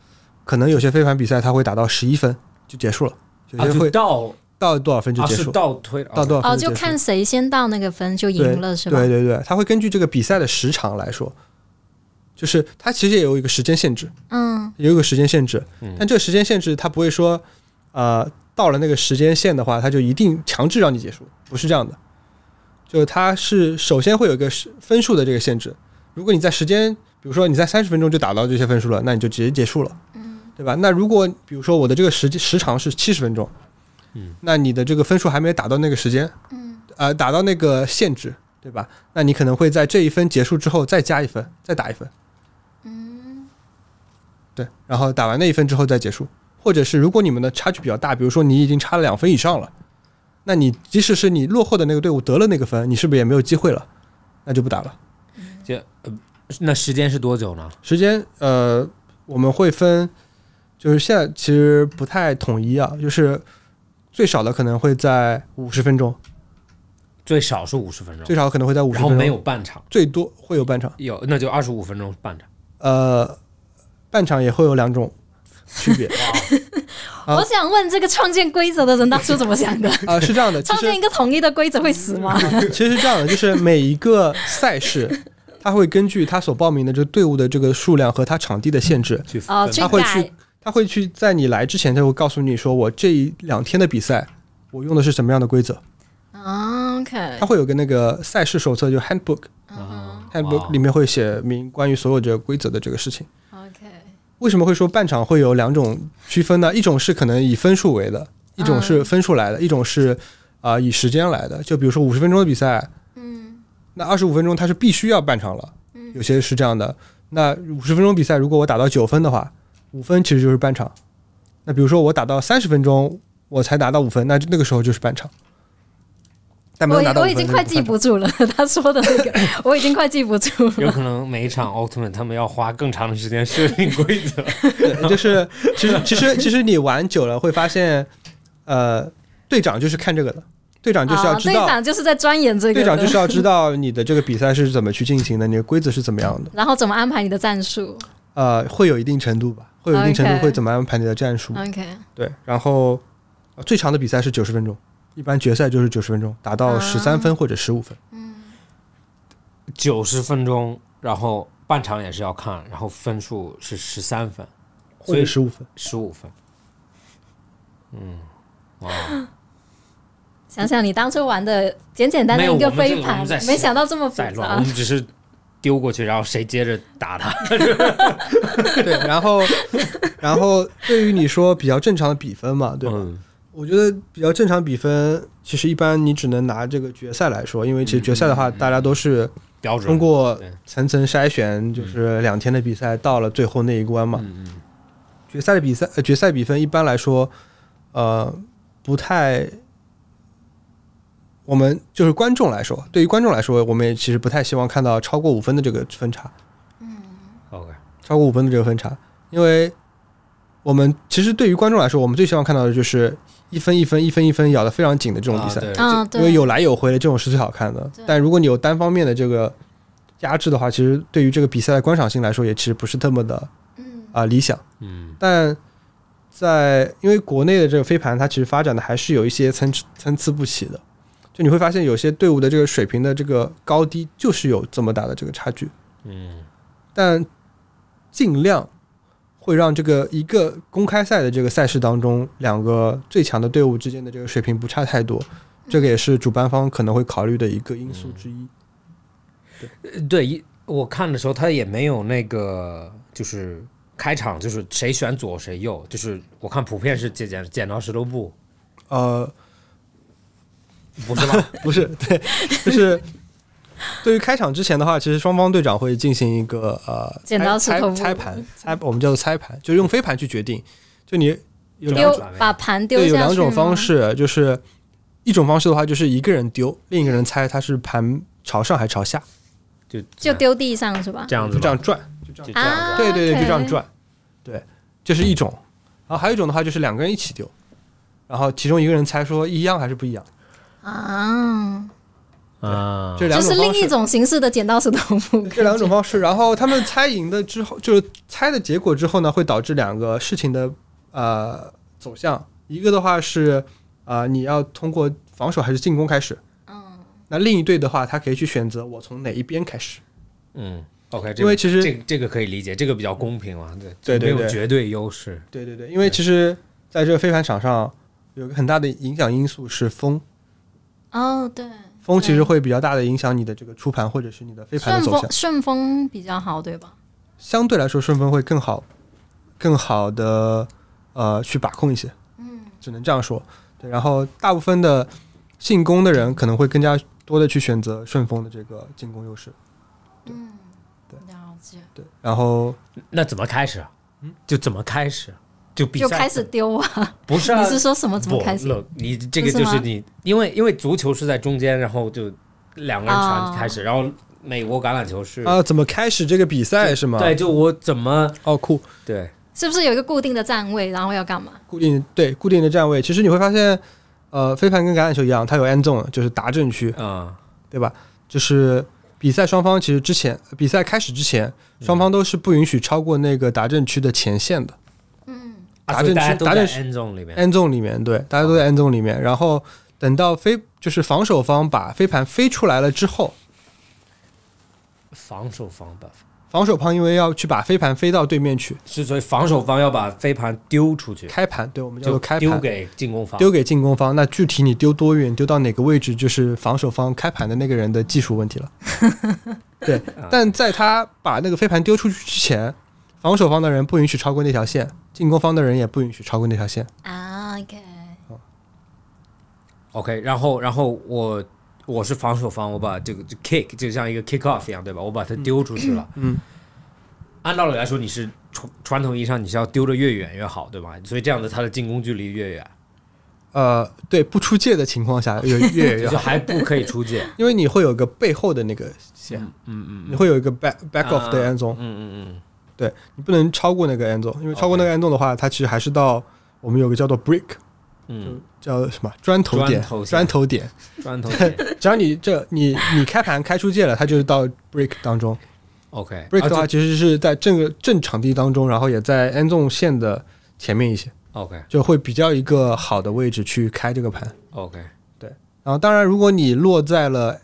S3: 可能有些飞盘比赛它会打到十一分就结束了，有
S2: 啊，
S3: 些
S2: 就
S3: 会
S2: 到
S3: 到多少分就
S2: 啊
S3: 结
S2: 是
S3: 束，
S2: 倒推
S3: 到多少
S4: 哦，
S3: 分
S4: 就
S3: 结束。
S4: 看谁先到那个分就赢了，是吧？
S3: 对对对，它会根据这个比赛的时长来说，就是它其实也有一个时间限制，
S4: 嗯
S3: 也有一个时间限制
S2: 嗯，
S3: 但这个时间限制它不会说，呃，到了那个时间线的话，它就一定强制让你结束，不是这样的。就它是首先会有一个是分数的这个限制，如果你在时间，比如说你在三十分钟就打到这些分数了，那你就直接结束了，嗯，对吧？那如果比如说我的这个时间时长是七十分钟，
S2: 嗯，
S3: 那你的这个分数还没有打到那个时间，
S4: 嗯，
S3: 呃，打到那个限制，对吧？那你可能会在这一分结束之后再加一分，再打一分，
S4: 嗯，
S3: 对，然后打完那一分之后再结束，或者是如果你们的差距比较大，比如说你已经差了两分以上了，那你即使是你落后的那个队伍得了那个分，你是不是也没有机会了？那就不打了。
S2: 那时间是多久呢？
S3: 时间呃，我们会分，就是现在其实不太统一啊，就是最少的可能会在五十分钟，
S2: 最少是五十分钟，
S3: 最少可能会在五十
S2: 然后
S3: 分
S2: 没有
S3: 钟，
S2: 半场，
S3: 最多会有半场，
S2: 有那就二十五分钟半场。
S3: 呃，半场也会有两种 区别啊
S4: 我想问这个创建规则的人当初怎么想的？
S3: 啊、是这样的， 其
S4: 创
S3: 实
S4: 建一个统一的规则会死吗？
S3: 其实是这样的，就是每一个赛事， 它会根据他所报名的这个队伍的这个数量和他场地的限制，
S2: 去
S4: 哦、
S2: 分
S4: 去
S3: 他 会
S4: 改
S3: 去，他会去在你来之前，他会告诉你说，我这一两天的比赛，我用的是什么样的规则，
S4: 啊，OK，
S3: 他会有个那个赛事手册，就 handbook，handbook
S2: 啊
S3: 里面会写明关于所有这个规则的这个事情。
S4: ，OK，
S3: 为什么会说半场会有两种区分呢？一种是可能以分数为的，一种
S4: 嗯
S3: 是分数来的，一种是啊、呃以时间来的。就比如说五十分钟的比赛，
S4: 嗯
S3: 那二十五分钟它是必须要半场了，有些是这样的。那五十分钟比赛，如果我打到九分的话，五分其实就是半场。那比如说我打到三十分钟，我才拿到五分，那那个时候就是半场。但没
S4: 我
S3: 有
S4: 已
S3: 拿到
S4: 我
S3: 五
S4: 已
S3: 分
S4: 经快记
S3: 就是
S4: 不住了， 他说的那 个我已经快记不住了。
S2: 有可能每一场奥特曼他们要花更长的时间设定规则。
S3: 半场，对就是其实其实其实你玩久了会发现，呃，队长就是看这个的，队长就是要
S4: 啊，
S3: 知
S4: 队
S3: 道，
S4: 长就是在钻研这个，
S3: 队长就是要知道你的这个比赛是怎么去进行的，你的规则是怎么样的，
S4: 然后怎么安排你的战术
S3: 呃，会有一定程度吧，会有一定程度
S4: OK 嗯
S3: 会怎么安排你的战术，
S4: ？OK，
S3: 对，然后呃最长的比赛是九十分钟，一般决赛就是九十分钟，打到
S4: 啊
S3: 十三分或者十五分。
S2: 九十分钟，然后半场也是要看，然后分数是十三分，
S3: 或者十五分，
S2: 十五分。 嗯，
S4: 想想你当初玩的简简单
S2: 没
S4: 单
S2: 有
S4: 一个
S2: 我们这个
S4: 飞
S2: 我
S4: 盘
S2: 们在，
S4: 没想到这么
S2: 哇，
S4: 复
S2: 再乱，我
S4: 杂
S2: 们。只是丢过去，然后谁接着打他。
S3: 对，然后，然后对于你说比较正常的比分嘛，对吧？
S2: 嗯，
S3: 我觉得比较正常比分，其实一般你只能拿这个决赛来说，因为其实决赛的话，大家都是
S2: 标准。
S3: 通过
S2: 嗯对
S3: 层层筛选，就是两天的比赛到了最后那一关嘛。
S2: 嗯嗯，
S3: 决赛的比赛，呃，决赛比分一般来说，呃，不太，我们就是观众来说，对于观众来说，我们也其实不太希望看到超过五分的这个分差，
S2: OK，
S3: 超过五分的这个分差，因为我们其实对于观众来说，我们最希望看到的就是一分一分一分一分咬得非常紧的这种比赛，
S2: 啊对
S4: 嗯，
S3: 因为
S4: 对，
S3: 有来有回的这种是最好看的
S4: 对。
S3: 但如果你有单方面的这个压制的话，其实对于这个比赛的观赏性来说，也其实不是那么的
S4: 嗯
S3: 啊、理想。
S2: 嗯
S3: 但在因为国内的这个飞盘，它其实发展的还是有一些参参差不齐的。就你会发现，有些队伍的这个水平的这个高低，就是有这么大的这个差距。
S2: 嗯，
S3: 但尽量会让这个一个公开赛的这个赛事当中，两个最强的队伍之间的这个水平不差太多。这个也是主办方可能会考虑的一个因素之一。
S2: 呃对，一我看的时候他也没有那个就是。开场就是谁选左谁右，就是我看普遍是剪剪剪刀石头布，
S3: 呃，
S2: 不是吧？
S3: 不 是，对，就是对于开场之前的话，其实双方队长会进行一个呃
S4: 剪刀石
S3: 猜
S4: 头布
S3: 猜盘，猜我们叫做猜盘，就是用飞盘去决定。就你有两
S4: 丢
S3: 种，
S4: 把盘丢
S3: 对，有
S4: 下
S3: 两
S4: 去
S3: 种
S4: 吗
S3: 方。式，就是一种方式的话，就是一个人丢，另一个人猜他是盘朝上还朝下，
S2: 就
S4: 就丢地上是吧？
S2: 这样子吧，
S3: 就这样转。
S2: 就这样
S4: 啊
S2: 子，
S3: 对对对，就这样
S4: OK
S3: 转。对，这是一种。然后还有一种的话，就是两个人一起丢，然后其中一个人猜说一样还是不一样，
S4: 啊，
S2: 啊
S3: 这两
S4: 就
S3: 种
S4: 是
S3: 方
S4: 另
S3: 式
S4: 一。种形式的剪刀石头布。
S3: 这两种方式，然后他们猜赢的之后，就是猜的结果之后呢，会导致两个事情的呃走向。一个的话是啊、呃你要通过防守还是进攻开始。
S4: 嗯，
S3: 那另一队的话，他可以去选择我从哪一边开始，
S2: 嗯，OK，这
S3: 因为
S2: 个
S3: 其实
S2: 这个这个可以理解，这个比较公平嘛，对，
S3: 对对
S2: 没
S3: 对
S2: 有绝对优势，
S3: 对对对，因为其实在这个飞盘场上有个很大的影响因素是风，
S4: 哦，对，
S3: 风其实会比较大的影响你的这个出盘或者是你的飞盘的
S4: 顺
S3: 走
S4: 风
S3: 向。
S4: 顺风比较好，对吧？
S3: 相对来说，顺风会更好，更好的呃去把控一些。嗯，只能这样说。对，然后大部分的进攻的人可能会更加多的去选择顺风的这个进攻优势。
S4: 了解，
S3: 对，然后
S2: 那怎么开始啊？就怎么开始？就比赛
S4: 就开始丢啊！
S2: 不是啊？
S4: 你是说什么怎么
S2: 不
S4: 开始？
S2: look，你这个
S4: 不
S2: 就
S4: 是吗
S2: 是你，因为因为足球是在中间，然后就两个人传
S4: 哦
S2: 开始，然后美国橄榄球是，
S3: 啊，怎么开始这个比赛是吗？
S2: 对，，就我怎么
S3: 哦，酷，
S2: 对
S4: 是不是有一个固定的站位，然后要干嘛？
S3: 固定对固定的站位。其实你会发现，呃，飞盘跟橄榄球一样，它有 end zone，就是达阵区，
S2: 嗯
S3: 对吧？就是比赛双方其实之前比赛开始之前，双方都是不允许超过那个达阵区的前线的。
S2: 啊
S3: 达
S2: 所以
S3: 阵
S2: 大家
S3: 区
S2: 都
S3: 达
S2: 在
S3: 阵区
S2: end zone 里面，
S3: end zone 里面，对，大家都在 end zone 里面。然后等到飞就是防守方把飞盘飞出来了之后，
S2: 防守方吧，
S3: 防守方因为要去把飞盘飞到对面去
S2: 是所以防守方要把飞盘丢出去，
S3: 开盘，对我们叫
S2: 就
S3: 做开
S2: 丢
S3: 盘。
S2: 给进攻方，
S3: 丢给进攻方，那具体你丢多远，丢到哪个位置，就是防守方开盘的那个人的技术 问题了。对，
S2: 嗯
S3: 但在他把那个飞盘丢出去之前，防守方的人不允许超过那条线，进攻方的人也不允许超过那条线。
S4: 啊，OK，
S2: OK，然后然后我我是防守方，我把这个就 kick 就像一个 kick off 一样，对吧？我把它丢出去了。
S3: 嗯，
S2: 按道理来说，你是传传统意义上你是要丢的越远越好，对吧？所以这样子它的进攻距离越远，
S3: 呃，对，不出界的情况下越越远越
S2: 就
S3: 好，
S2: 还不可以出界。
S3: 因为你会有一个背后的那个线，
S2: 嗯嗯
S3: 你会有一个 back back off 的
S2: 啊
S3: end zone，、
S2: 嗯嗯
S3: 对你不能超过那个 end zone，因为超过那个 end zone 的话，它其实还是到我们有个叫做 brick，
S2: 嗯
S3: 叫什么砖头点
S2: 砖头，线
S3: 砖头点。
S2: 嗯，砖 头界。
S3: 只要你这你你开盘开出界了，它就是到 break 当中。
S2: OK，
S3: break
S2: 啊
S3: 的话
S2: 就
S3: 其实是在正个正场地当中，然后也在 end zone 线的前面一些，
S2: OK
S3: 就会比较一个好的位置去开这个盘。
S2: OK，
S3: 然啊后当然，如果你落在了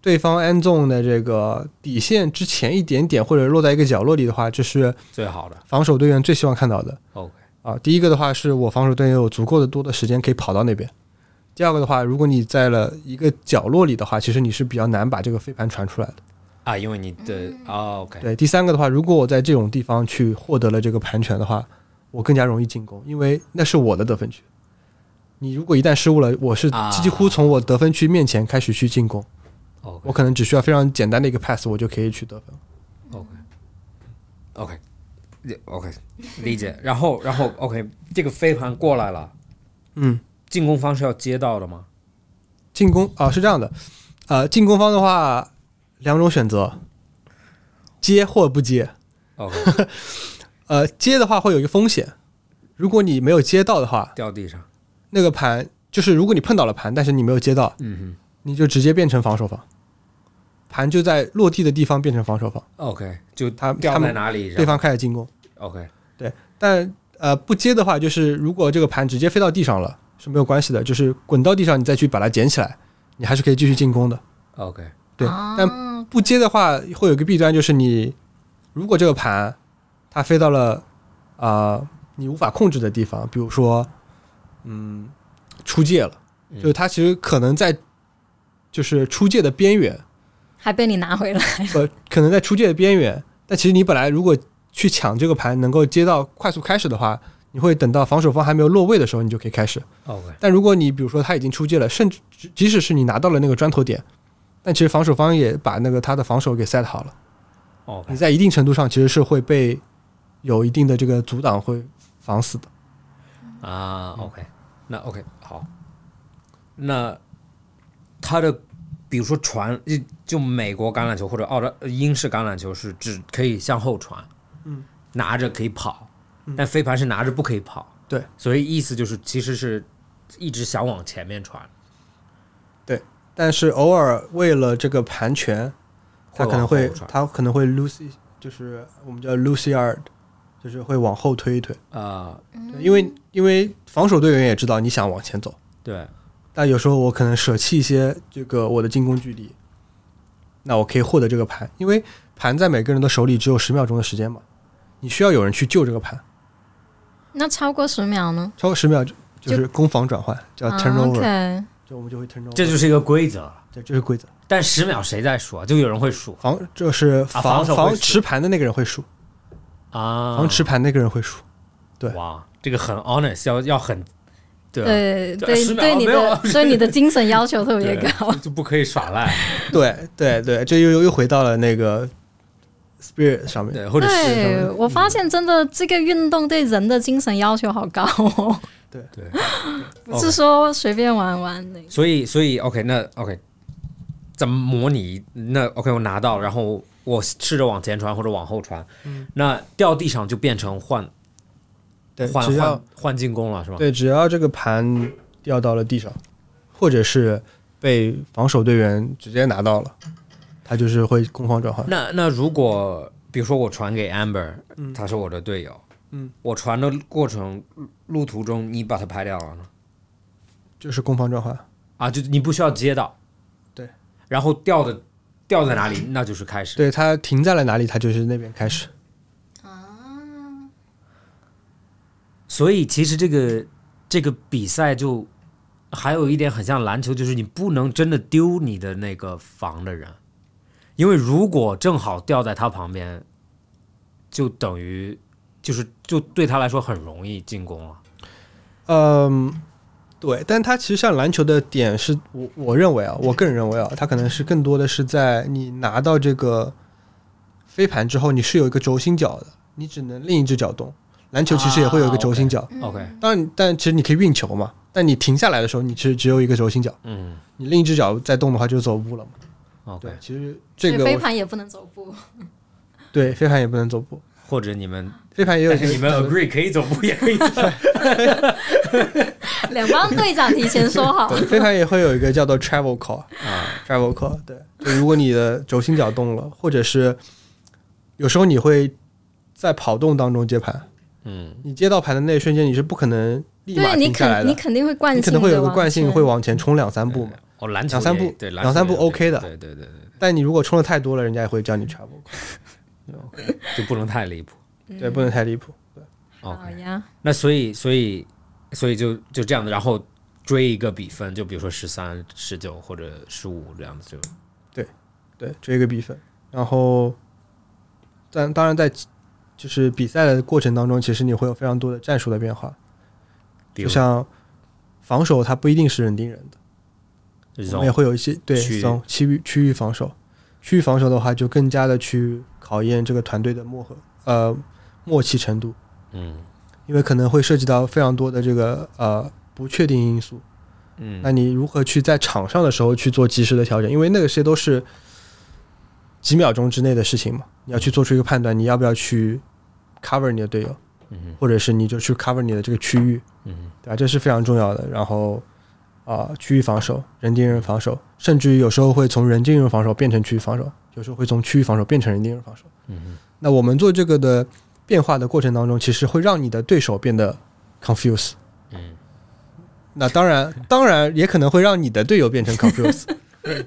S3: 对方 end zone 的这个底线之前一点点，或者落在一个角落里的话，这是
S2: 最好的
S3: 防守队员最希望看到的
S2: OK。
S3: 啊。第一个的话是我防守队员有足够的多的时间可以跑到那边。第二个的话，如果你在了一个角落里的话，其实你是比较难把这个飞盘传出来的。
S2: 啊，因为你的啊 OK，
S3: 对，第三个的话，如果我在这种地方去获得了这个盘权的话，我更加容易进攻，因为那是我的得分区。你如果一旦失误了，我是
S2: 啊
S3: 几乎从我得分区面前开始去进攻，我
S2: OK
S3: 可能只需要非常简单的一个 pass，我就可以取得分。
S2: OK OK 理解。然后然后 OK，这个飞盘过来了，
S3: 嗯，
S2: 进攻方是要接到的吗？
S3: 进攻啊、是这样的，呃，进攻方的话两种选择，接或不接。
S2: OK，
S3: 呃，接的话会有一个风险，如果你没有接到的话，
S2: 掉地上。
S3: 那个盘就是如果你碰到了盘，但是你没有接到，
S2: 嗯
S3: 你就直接变成防守方，盘就在落地的地方变成防守方，
S2: 哼，OK，就
S3: 他
S2: 掉
S3: 他
S2: 在
S3: 们
S2: 哪里？
S3: 对方开始进攻。
S2: OK
S3: 但呃不接的话，就是如果这个盘直接飞到地上了是没有关系的，就是滚到地上你再去把它捡起来，你还是可以继续进攻的。
S2: OK，
S3: 对，
S4: 啊
S3: 但不接的话会有一个弊端，就是你如果这个盘它飞到了啊、呃你无法控制的地方，比如说嗯出界了，
S2: 嗯
S3: 就是它其实可能在就是出界的边缘。
S4: 还被你拿回来，
S3: 呃，可能在出界的边缘。但其实你本来如果去抢这个盘，能够接到快速开始的话，你会等到防守方还没有落位的时候，你就可以开始。
S2: OK
S3: 但如果你比如说他已经出界了，甚至即即使是你拿到了那个砖头点，但其实防守方也把那个他的防守给 set 好了，你
S2: OK
S3: 在一定程度上其实是会被有一定的这个阻挡会防死的。
S2: 啊 OK，那 OK 好，那他的比如说传就就美国橄榄球或者澳洲英式橄榄球是只可以向后传，
S3: 嗯，
S2: 拿着可以跑，但飞盘是拿着不可以跑，
S3: 对，
S2: 所以意思就是其实是一直想往前面传，
S3: 但是偶尔为了这个盘权，他可能
S2: 往
S3: 会
S2: 后传
S3: 他可能会 lose，一就是我们叫 lose yard，就是会往后推一推。
S2: 啊，
S3: 对因为因为防守队员也知道你想往前走，
S2: 对，
S3: 但有时候我可能舍弃一些这个我的进攻距离，那我可以获得这个盘，因为盘在每个人的手里只有十秒钟的时间嘛，你需要有人去救这个盘，
S4: 那超过十秒呢
S3: 超过十秒就就是攻防转换，叫
S4: 啊
S2: 呃
S3: turnover，、
S4: ？OK，
S2: 啊
S3: 就我们就会 turnover，
S2: 这就是一个规则了，
S3: 对，这是规则。
S2: 但十秒谁在数啊？就有人会数
S3: 防就是
S2: 啊
S3: 防、
S2: 防守会
S3: 防
S2: 数
S3: 持盘的那个人会数，
S2: 啊
S3: 防持盘那个人会数。对
S2: 哇，这个很 honest，要要很对啊
S4: 对
S2: 就
S4: 对
S2: 10秒
S4: 对你
S2: 没有
S4: 的
S2: 啊
S4: 对你的精神要求特别
S2: 对
S4: 高。
S2: 就不可以耍赖，
S3: 对对对，这又又又回到了那个 spirit 上面。
S2: 对，或者是
S4: 对，我发现真的这个运动对人的精神要求好高 哦，
S2: 对，
S4: 不是说随便玩玩的。
S2: 所以所以 OK，那 OK，怎么模拟？那 OK，我拿到，然后我试着往前传或者往后传，那掉地上就变成换
S3: 嗯对，
S2: 换
S3: 只要
S2: 换换进攻了，是吧？
S3: 对只要这个盘掉到了地上，或者是被防守队员直接拿到了，他就是会攻防转换。
S2: 那那如果比如说我传给 Amber，他是我的队友，
S3: 嗯，
S2: 我传的过程路途中你把他拍掉了呢？
S3: 就是攻防转换。
S2: 啊，就你不需要接到，
S3: 对，
S2: 然后掉的掉在哪里，那就是开始。
S3: 对他停在了哪里，他就是那边开始。
S2: 所以其实这个这个比赛就还有一点很像篮球，就是你不能真的丢你的那个防的人，因为如果正好掉在他旁边，就等于就是就对他来说很容易进攻了。
S3: 嗯，对，但他其实像篮球的点是我我认为啊，我个人认为啊，他可能是更多的是在你拿到这个飞盘之后，你是有一个轴心脚的，你只能另一只脚动。篮球其实也会有一个轴心脚，
S4: 嗯
S2: OK，
S3: 当然，但其实你可以运球嘛。但你停下来的时候，你只只有一个轴心脚，
S2: 嗯
S3: 你另一只脚再动的话就走步了嘛。
S2: ，OK，
S3: 对，其实
S4: 所
S3: 这
S4: 以
S3: 个
S4: 飞
S3: 我
S4: 盘也不能走步，
S3: 对飞盘也不能走步，
S2: 或者你们
S3: 飞盘也有
S2: 但是你们 agree 可以走步也可以走，
S4: 两帮队长提前 说好。
S3: 对，飞盘也会有一个叫做 travel call 啊，travel call。对，就如果你的轴心脚动了，或者是有时候你会在跑动当中接盘，
S2: 嗯，
S3: 你接到盘的那一瞬间，你是不可能立马
S4: 对你
S3: 停下来
S4: 肯
S3: 的，
S4: 你
S3: 你
S4: 肯定会惯性，
S3: 可能会有个惯性
S4: 哦
S3: 会。往前冲两三步嘛。
S2: 哦，篮球
S3: 两三
S2: 也
S3: 步
S2: 对，
S3: 两
S2: 篮球
S3: 三步
S2: 也有这
S3: OK
S2: 个
S3: 的
S2: 对对对对，
S3: 但你如果冲的太多了，人家也会叫你 travel call，
S2: 就不能太离谱。
S4: 嗯
S3: 对，不能太离谱。
S4: 好
S3: 哦
S2: OK，
S4: 呀，
S2: 那所以所以所以就就这样子，然后追一个比分，就比如说十三、十九或者十五这样子就。
S3: 对，追一个比分。然后，但当然在就是比赛的过程当中，其实你会有非常多的战术的变化，
S2: 比
S3: 就
S2: 如
S3: 像防守，它不一定是人盯人的。
S2: 这
S3: 我们也
S2: 种
S3: 会有一些对
S2: 区域
S3: 从区域区域防守，区域防守的话就更加的去考验这个团队的磨合呃默契程度，
S2: 嗯
S3: 因为可能会涉及到非常多的这个呃不确定因素。
S2: 嗯
S3: 那你如何去在场上的时候去做及时的调整？因为那个些都是几秒钟之内的事情嘛，你要去做出一个判断，你要不要去 cover 你的队友，
S2: 嗯
S3: 或者是你就去 cover 你的这个区域，
S2: 嗯
S3: 对吧？啊这是非常重要的。然后啊、区域防守、人盯人防守，甚至于有时候会从人盯人防守变成区域防守，有时候会从区域防守变成人盯人防守。
S2: 嗯，
S3: 那我们做这个的变化的过程当中，其实会让你的对手变得 confuse。
S2: 嗯，
S3: 那当然，当然也可能会让你的队友变成 confuse。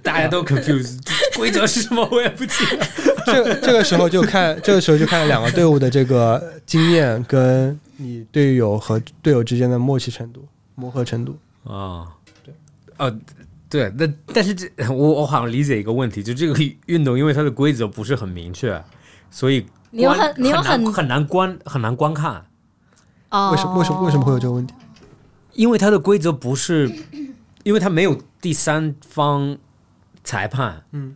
S2: 大家都 confused，规则是什么我也不记得。
S3: 这个这个时候就看， 这个时候就看两个队伍的这个经验跟你队友和队友之间的默契程度、磨合程度。
S2: 啊，对，呃，对，那但是这我我好像理解一个问题，就这个运动，因为它的规则不是很明确，所以
S4: 你有
S2: 观
S4: 很你有
S2: 很难
S4: 很
S2: 很难观很难观看，
S4: 哦，
S3: 为什么为什么为什么会有这个问题？
S2: 因为它的规则不是，因为它没有第三方裁判，
S3: 嗯，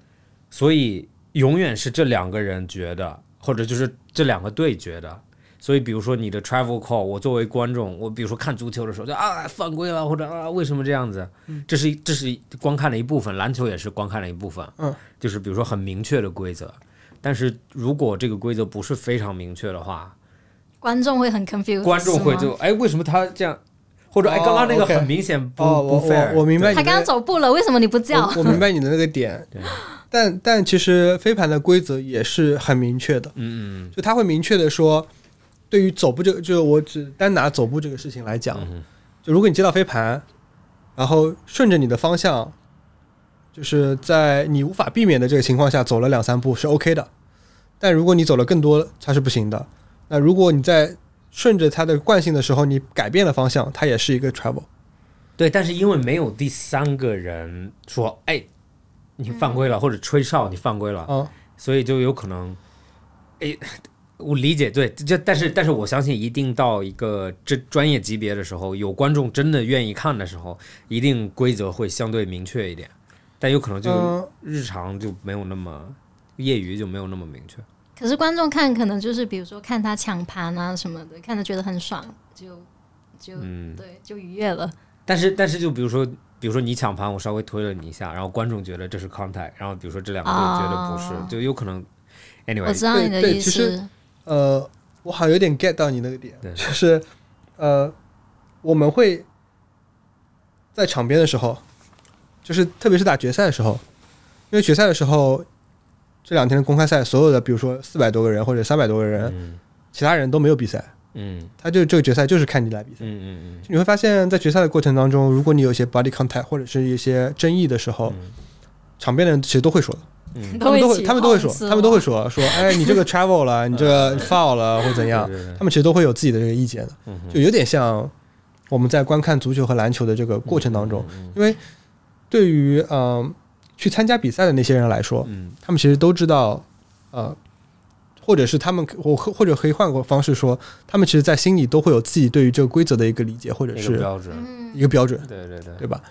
S2: 所以永远是这两个人觉得，或者就是这两个队觉得。所以，比如说你的 travel call，我作为观众，我比如说看足球的时候就啊犯规了，或者啊为什么这样子，
S3: 嗯
S2: 这是这是观看的一部分，篮球也是观看的一部分，
S3: 嗯，
S2: 就是比如说很明确的规则，但是如果这个规则不是非常明确的话，
S4: 观众会很 confused？
S2: 观众会
S4: 是
S2: 就
S4: 吗
S2: 哎为什么他这样，或者哎
S3: 哦
S2: 刚刚那个
S3: OK
S2: 很明显不、
S3: 哦，我
S2: 不 fair，
S3: 我我明白哎你
S4: 他
S3: 的
S4: 刚刚走步了，为什么你不叫？
S3: 我我明白你的那个 点，但但其实飞盘的规则也是很明确的，
S2: 嗯嗯
S3: 就他会明确的说，对于走步这个，就我只单拿走步这个事情来讲，
S2: 嗯
S3: 就如果你接到飞盘，然后顺着你的方向，就是在你无法避免的这个情况下走了两三步是 OK 的，但如果你走了更多，它是不行的。那如果你在顺着它的惯性的时候，你改变了方向，它也是一个 travel。
S2: 对，但是因为没有第三个人说，哎，你犯规
S3: 嗯
S2: 了，或者吹哨你犯规了，
S3: 啊，
S2: 所以就有可能，诶，我理解对，就但是但是我相信，一定到一个这专业级别的时候，有观众真的愿意看的时候，一定规则会相对明确一点，但有可能就
S3: 嗯
S2: 日常就没有那么，业余就没有那么明确。
S4: 可是观众看可能就是比如说看他抢盘啊什么的，看着觉得很爽，就就、
S2: 嗯
S4: 对就愉悦了。
S2: 但是但是就比如说。比如说你抢盘，我稍微推了你一下，然后观众觉得这是 contact，然后比如说这两个队觉得不是，
S4: 哦
S2: 就有可能。
S4: 我
S2: Anyway，
S4: 知道你的
S3: 对对
S4: 意
S3: 其实
S4: 思，
S3: 呃，我好像有点 get 到你那个点，
S2: 对
S3: 就是呃，我们会在场边的时候，就是特别是打决赛的时候，因为决赛的时候这两天的公开赛，所有的比如说四百多个人或者三百多个人，
S2: 嗯
S3: 其他人都没有比赛，
S2: 嗯
S3: 他就这个决赛就是看你来比
S2: 嗯
S3: 赛。
S2: 嗯
S3: 你会发现在决赛的过程当中，如果你有一些 body contact 或者是一些争议的时候，
S2: 嗯
S3: 场边的人其实都会说的。
S2: 嗯
S3: 他们都会，
S4: 起
S3: 他们都会说
S4: 哄是，
S3: 他们都会
S4: 吗
S3: 说说，哎，你这个 travel 了，你这 个 foul 了，或者怎样
S2: 对对对，
S3: 他们其实都会有自己的这个意见的，
S2: 嗯哼，
S3: 就有点像我们在观看足球和篮球的这个过程当
S2: 嗯
S3: 中，因为对于嗯、呃去参加比赛的那些人来说，
S2: 嗯
S3: 他们其实都知道，呃，或者是他们我或或者可以换个方式说，他们其实在心里都会有自己对于这个规则的一个理解或者
S2: 那个
S3: 是
S2: 标准，
S4: 嗯
S3: 一个标准，
S2: 对对对。
S3: 对吧？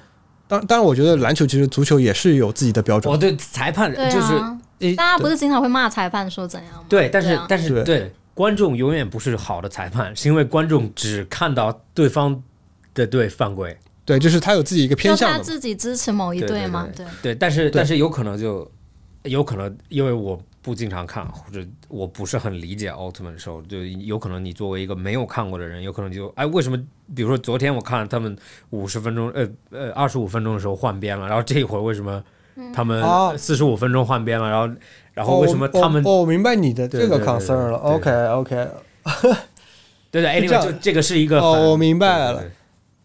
S3: 当当然，我觉得篮球其实足球也是有自己的标准
S2: 我，对裁判
S4: 对
S2: 就是、
S4: 啊，
S2: 诶
S4: 大家不是经常会骂裁判说怎样吗？
S2: 对，但是、
S4: 啊
S2: 但是
S3: 对
S2: 对观众永远不是好的裁判，是因为观众只看到对方的队犯规，
S3: 对，就是他有自己一个偏
S4: 就
S3: 向
S4: 他
S3: 的嘛。
S4: 自己支持某一
S2: 对
S4: 队
S2: 对
S4: 嘛，
S2: 对但是但是有可能就有可能因为我不经常看，或者我不是很理解奥特曼的时候，就有可能你作为一个没有看过的人，有可能就哎为什么？比如说昨天我看他们五十分钟呃呃二十五分钟的时候换边了，然后这一会儿为什么
S4: 嗯
S2: 他
S3: 哦
S2: 们四十五分钟换边了？然后然后
S3: 哦
S2: 为什么他们
S3: 我我我明白你的这
S2: 对
S3: 个
S2: 对对
S3: concern 了。
S2: 对
S3: OK OK，
S2: 对对
S3: 是这
S2: ，anyway，
S3: 样
S2: 就这个是一个很
S3: 哦我明白了
S2: 对对对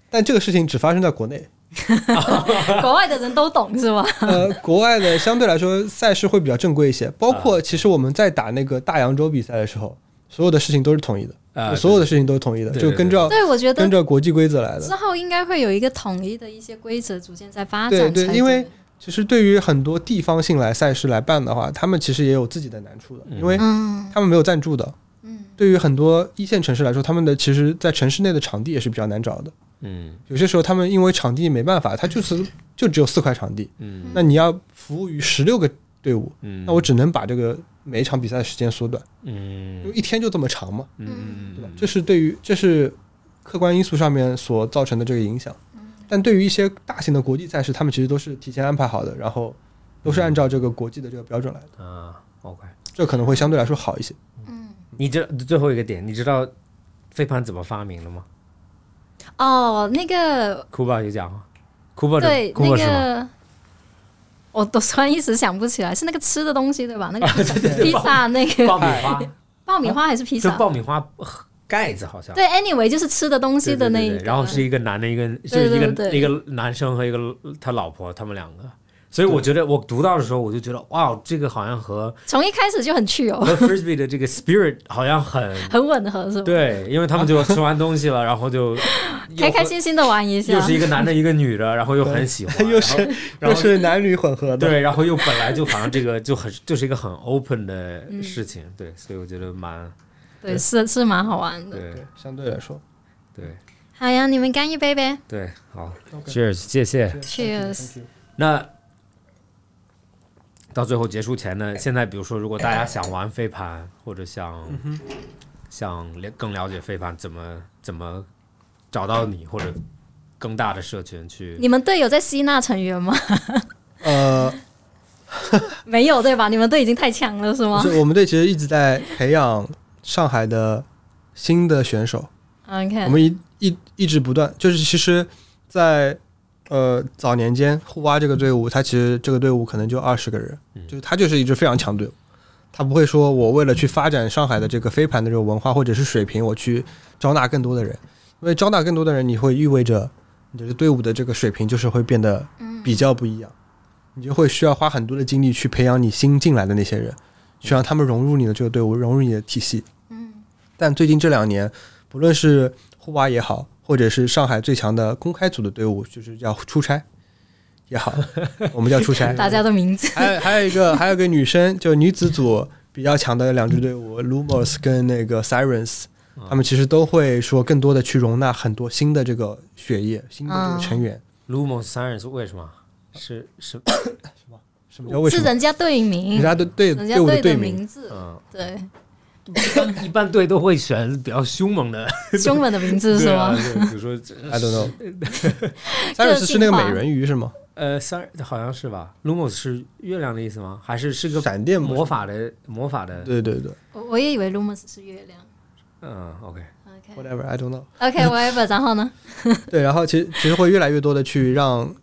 S3: 但这个事情只发生在国内，
S4: 对， 国外的人都 懂是吧？
S3: 呃，国外的相对来说赛事会比较正规一些，包
S2: 啊
S3: 括其实我们在打那个大洋洲比赛的时候，所有的事情都是统一的，呃
S2: 啊、
S3: 所有的事情都是统一的，
S2: 对
S3: 就跟照
S4: 对，我觉得
S3: 跟照国际规则来
S4: 之
S3: 的。
S4: 后应该会有一个统一的一些规则逐渐在发展
S3: 对
S4: 才
S3: 对，因为其实对于很多地方性来赛事来办的话，他们其实也有自己的难处的，因为
S4: 嗯
S3: 他们没有赞助的。
S4: 嗯，
S3: 对于很多一线城市来说，他们的其实在城市内的场地也是比较难找的。
S2: 嗯
S3: 有些时候他们因为场地没办法，他就是就只有四块场地，
S2: 嗯
S3: 那你要服务于十六个队伍，
S2: 嗯，
S3: 那我只能把这个每一场比赛的时间缩短，因为
S2: 嗯
S3: 一天就这么长嘛，
S2: 嗯
S3: 对吧？这是对于这是客观因素上面所造成的这个影响。但对于一些大型的国际赛事，他们其实都是提前安排好的，然后都是按照这个国际的这个标准来的，
S2: 啊，OK，
S3: 这可能会相对来说好一些。
S2: 你这最后一个点，你知道飞盘怎么发明的吗？
S4: 哦，那个
S2: 库巴有讲啊，库巴的
S4: 对
S2: 库
S4: 那
S2: 巴是吗？
S4: 个。我都突然一时想不起来，是那个吃的东西 对吧？那个
S2: 啊
S4: 披萨，那个
S2: 爆米花，
S4: 爆米花还是披
S2: 哎就
S4: 萨？
S2: 爆米花呃盖子好像。
S4: 对，anyway 就是吃的东西
S2: 对
S4: 的
S2: 对
S4: 那
S2: 对
S4: 一
S2: 对
S4: 个。
S2: 然后是一个男的，一个就
S4: 对
S2: 是一
S4: 对
S2: 个
S4: 对
S2: 一个男生和一个他老婆，他们两个。所以我觉得我读到的时候，我就觉得哇，这个好像 和
S4: 从一开始就很去哦，
S2: 和 frisbee 的这个 spirit 好像很
S4: 很吻合是吧？
S2: 对，因为他们就吃完东西了，然后 就又
S4: 开开
S2: 和
S4: 心心的啊玩一下
S2: 又，是一个男的，一个女的，然后又很喜 欢，
S3: 又是
S2: 然后然
S3: 又
S2: 后
S3: 是男女混合的，
S2: 对，然后又本来就好像这个就很就是一个很 open
S4: 嗯
S2: 的事情，对，所以我觉得蛮
S4: 对，是是蛮好玩的。
S2: 对
S3: 对，相对来说
S2: 对
S4: 好呀，你们干一杯呗
S2: 对，好
S3: OK
S2: ，cheers，谢谢。
S4: ，Cheers！
S2: 那到最后结束前呢，现在比如说，如果大家想玩飞盘，或者想、想了更了解飞盘，怎么怎么找到你，或者更大的社群去
S4: 你们队有在吸纳成员吗？
S3: 呃，
S4: 没有对吧？你们队已经太强了是吗
S3: 就是我们队其实一直在培养上海的新的选手，
S4: ？OK，
S3: 我们一一一直不断，就是其实在，呃早年间，互挖这个队伍，它其实这个队伍可能就二十个人，就是它就是一支非常强队伍，它不会说我为了去发展上海的这个飞盘的这个文化或者是水平，我去招纳更多的人，因为招纳更多的人，你会意味着你的队伍的这个水平就是会变得比较不一样，你就会需要花很多的精力去培养你新进来的那些人，去让他们融入你的这个队伍，融入你的体系。
S4: 嗯
S3: 但最近这两年，不论是互挖也好，或者是上海最强的公开组的队伍，就是要出差，也好，我们叫出差。
S4: 大家的名字，
S3: 还有还有一个还有一个女生，就女子组比较强的两支队伍，Lumos 跟那个 Sirens，他们其实都会说更多的去容纳很多新的这个血液、新的这个成
S2: 啊
S3: 员。
S2: Lumos Sirens 为什么？是是，
S3: 什么叫为什
S4: 是
S3: 么？
S4: 人家队名
S3: 人，家的队
S4: 人家
S3: 队伍的
S4: 队
S3: 队
S4: 的
S3: 名，
S4: 名字，
S2: 嗯，
S4: 对，
S2: 一般队都会选比较凶猛的，
S4: 中文的名字是
S2: 对啊，
S4: 吗？
S2: 对比如说这
S3: I don't know。Sirens 是那个美人鱼是吗？
S2: 呃，Sir 好像是吧？Lumos 是月亮的意思吗？还是是个
S3: 闪电
S2: 魔法的魔法的？
S3: 对对对
S4: 我我也以为 Lumos 是月亮。
S2: 嗯，OK，
S4: OK
S3: ，whatever I don't know。
S4: OK whatever，然后呢？
S3: 对，然后其实其实会越来越多的去让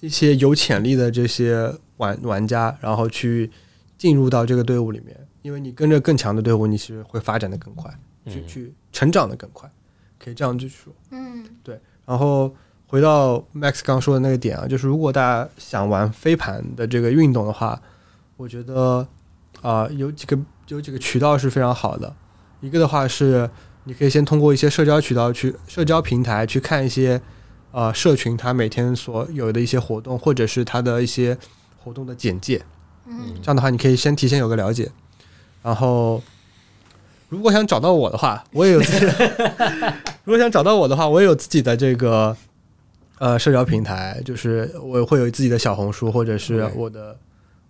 S3: 一些有潜力的这些玩玩家，然后去进入到这个队伍里面，因为你跟着更强的队伍，你其实会发展的更快，去、
S2: 嗯
S3: 去成长的更快，可以这样去说。
S4: 嗯，
S3: 然后回到 Max 刚说的那个点啊，就是如果大家想玩飞盘的这个运动的话，我觉得啊、有几个有几个渠道是非常好的。一个的话是你可以先通过一些社交渠道去社交平台去看一些呃社群它每天所有的一些活动，或者是它的一些活动的简介。
S4: 嗯，
S3: 这样的话，你可以先提前有个了解。然后，如果想找到我的话，我也有自己的。如果想找到我的话，我也有自己的这个呃社交平台，就是我会有自己的小红书，或者是
S2: OK
S3: 我的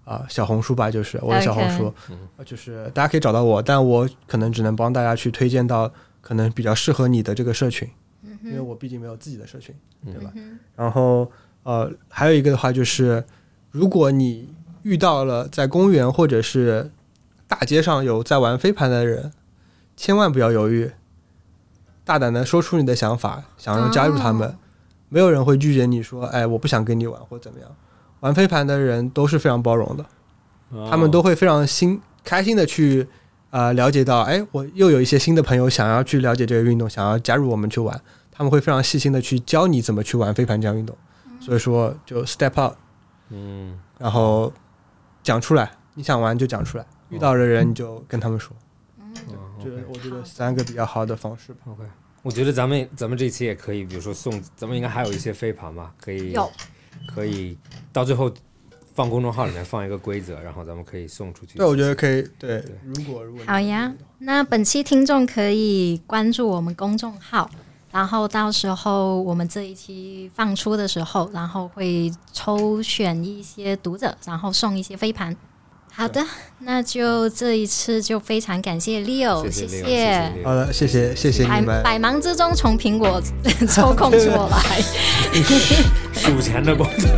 S3: 啊、小红书吧，就是我的小红书
S4: OK
S2: 嗯
S3: 就是大家可以找到我，但我可能只能帮大家去推荐到可能比较适合你的这个社群，
S4: 嗯
S3: 因为我毕竟没有自己的社群。
S2: 对吧？
S3: 然后呃，还有一个的话就是，如果你遇到了在公园或者是大街上有在玩飞盘的人，千万不要犹豫，大胆的说出你的想法，想要加入他们，
S4: 哦
S3: 没有人会拒绝你说，哎，我不想跟你玩或怎么样。玩飞盘的人都是非常包容的，他们都会非常新开心的去。啊、了解到，哎，我又有一些新的朋友想要去了解这个运动，想要加入我们去玩，他们会非常细心的去教你怎么去玩飞盘这项运动。所以说，就 step up，
S2: 嗯，
S3: 然后讲出来，你想玩就讲出来，遇到的人你就跟他们说。
S2: 嗯
S3: 这、
S2: ，OK
S3: 我觉得三个比较好的方式吧。
S2: OK，我觉得咱们咱们这期也可以，比如说送，咱们应该还有一些飞盘吧，可以
S4: 有
S2: 可以到最后放公众号里面放一个规则，然后咱们可以送出去。
S3: 对，我觉得可以。对，如果如果
S4: 好呀，那本期听众可以关注我们公众号，然后到时候我们这一期放出的时候，然后会抽选一些读者，然后送一些飞盘。好的，那就这一次就非常感谢 Leo，
S2: 谢谢 Leo，
S4: 谢
S2: 谢谢 Leo
S3: 好的，谢谢谢谢
S4: 百
S3: 你们，
S4: 百忙之中从苹果 抽空出来，
S2: 数钱的工作，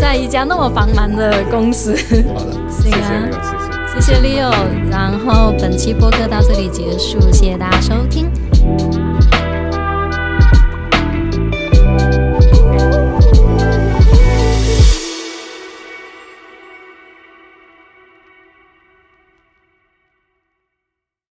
S4: 在一家那么繁忙的公司，
S3: 好的，
S4: 是
S2: 谢谢
S4: 啊
S2: Leo，谢谢。
S4: 谢谢 Leo，然后本期播客到这里结束，谢谢大家收听。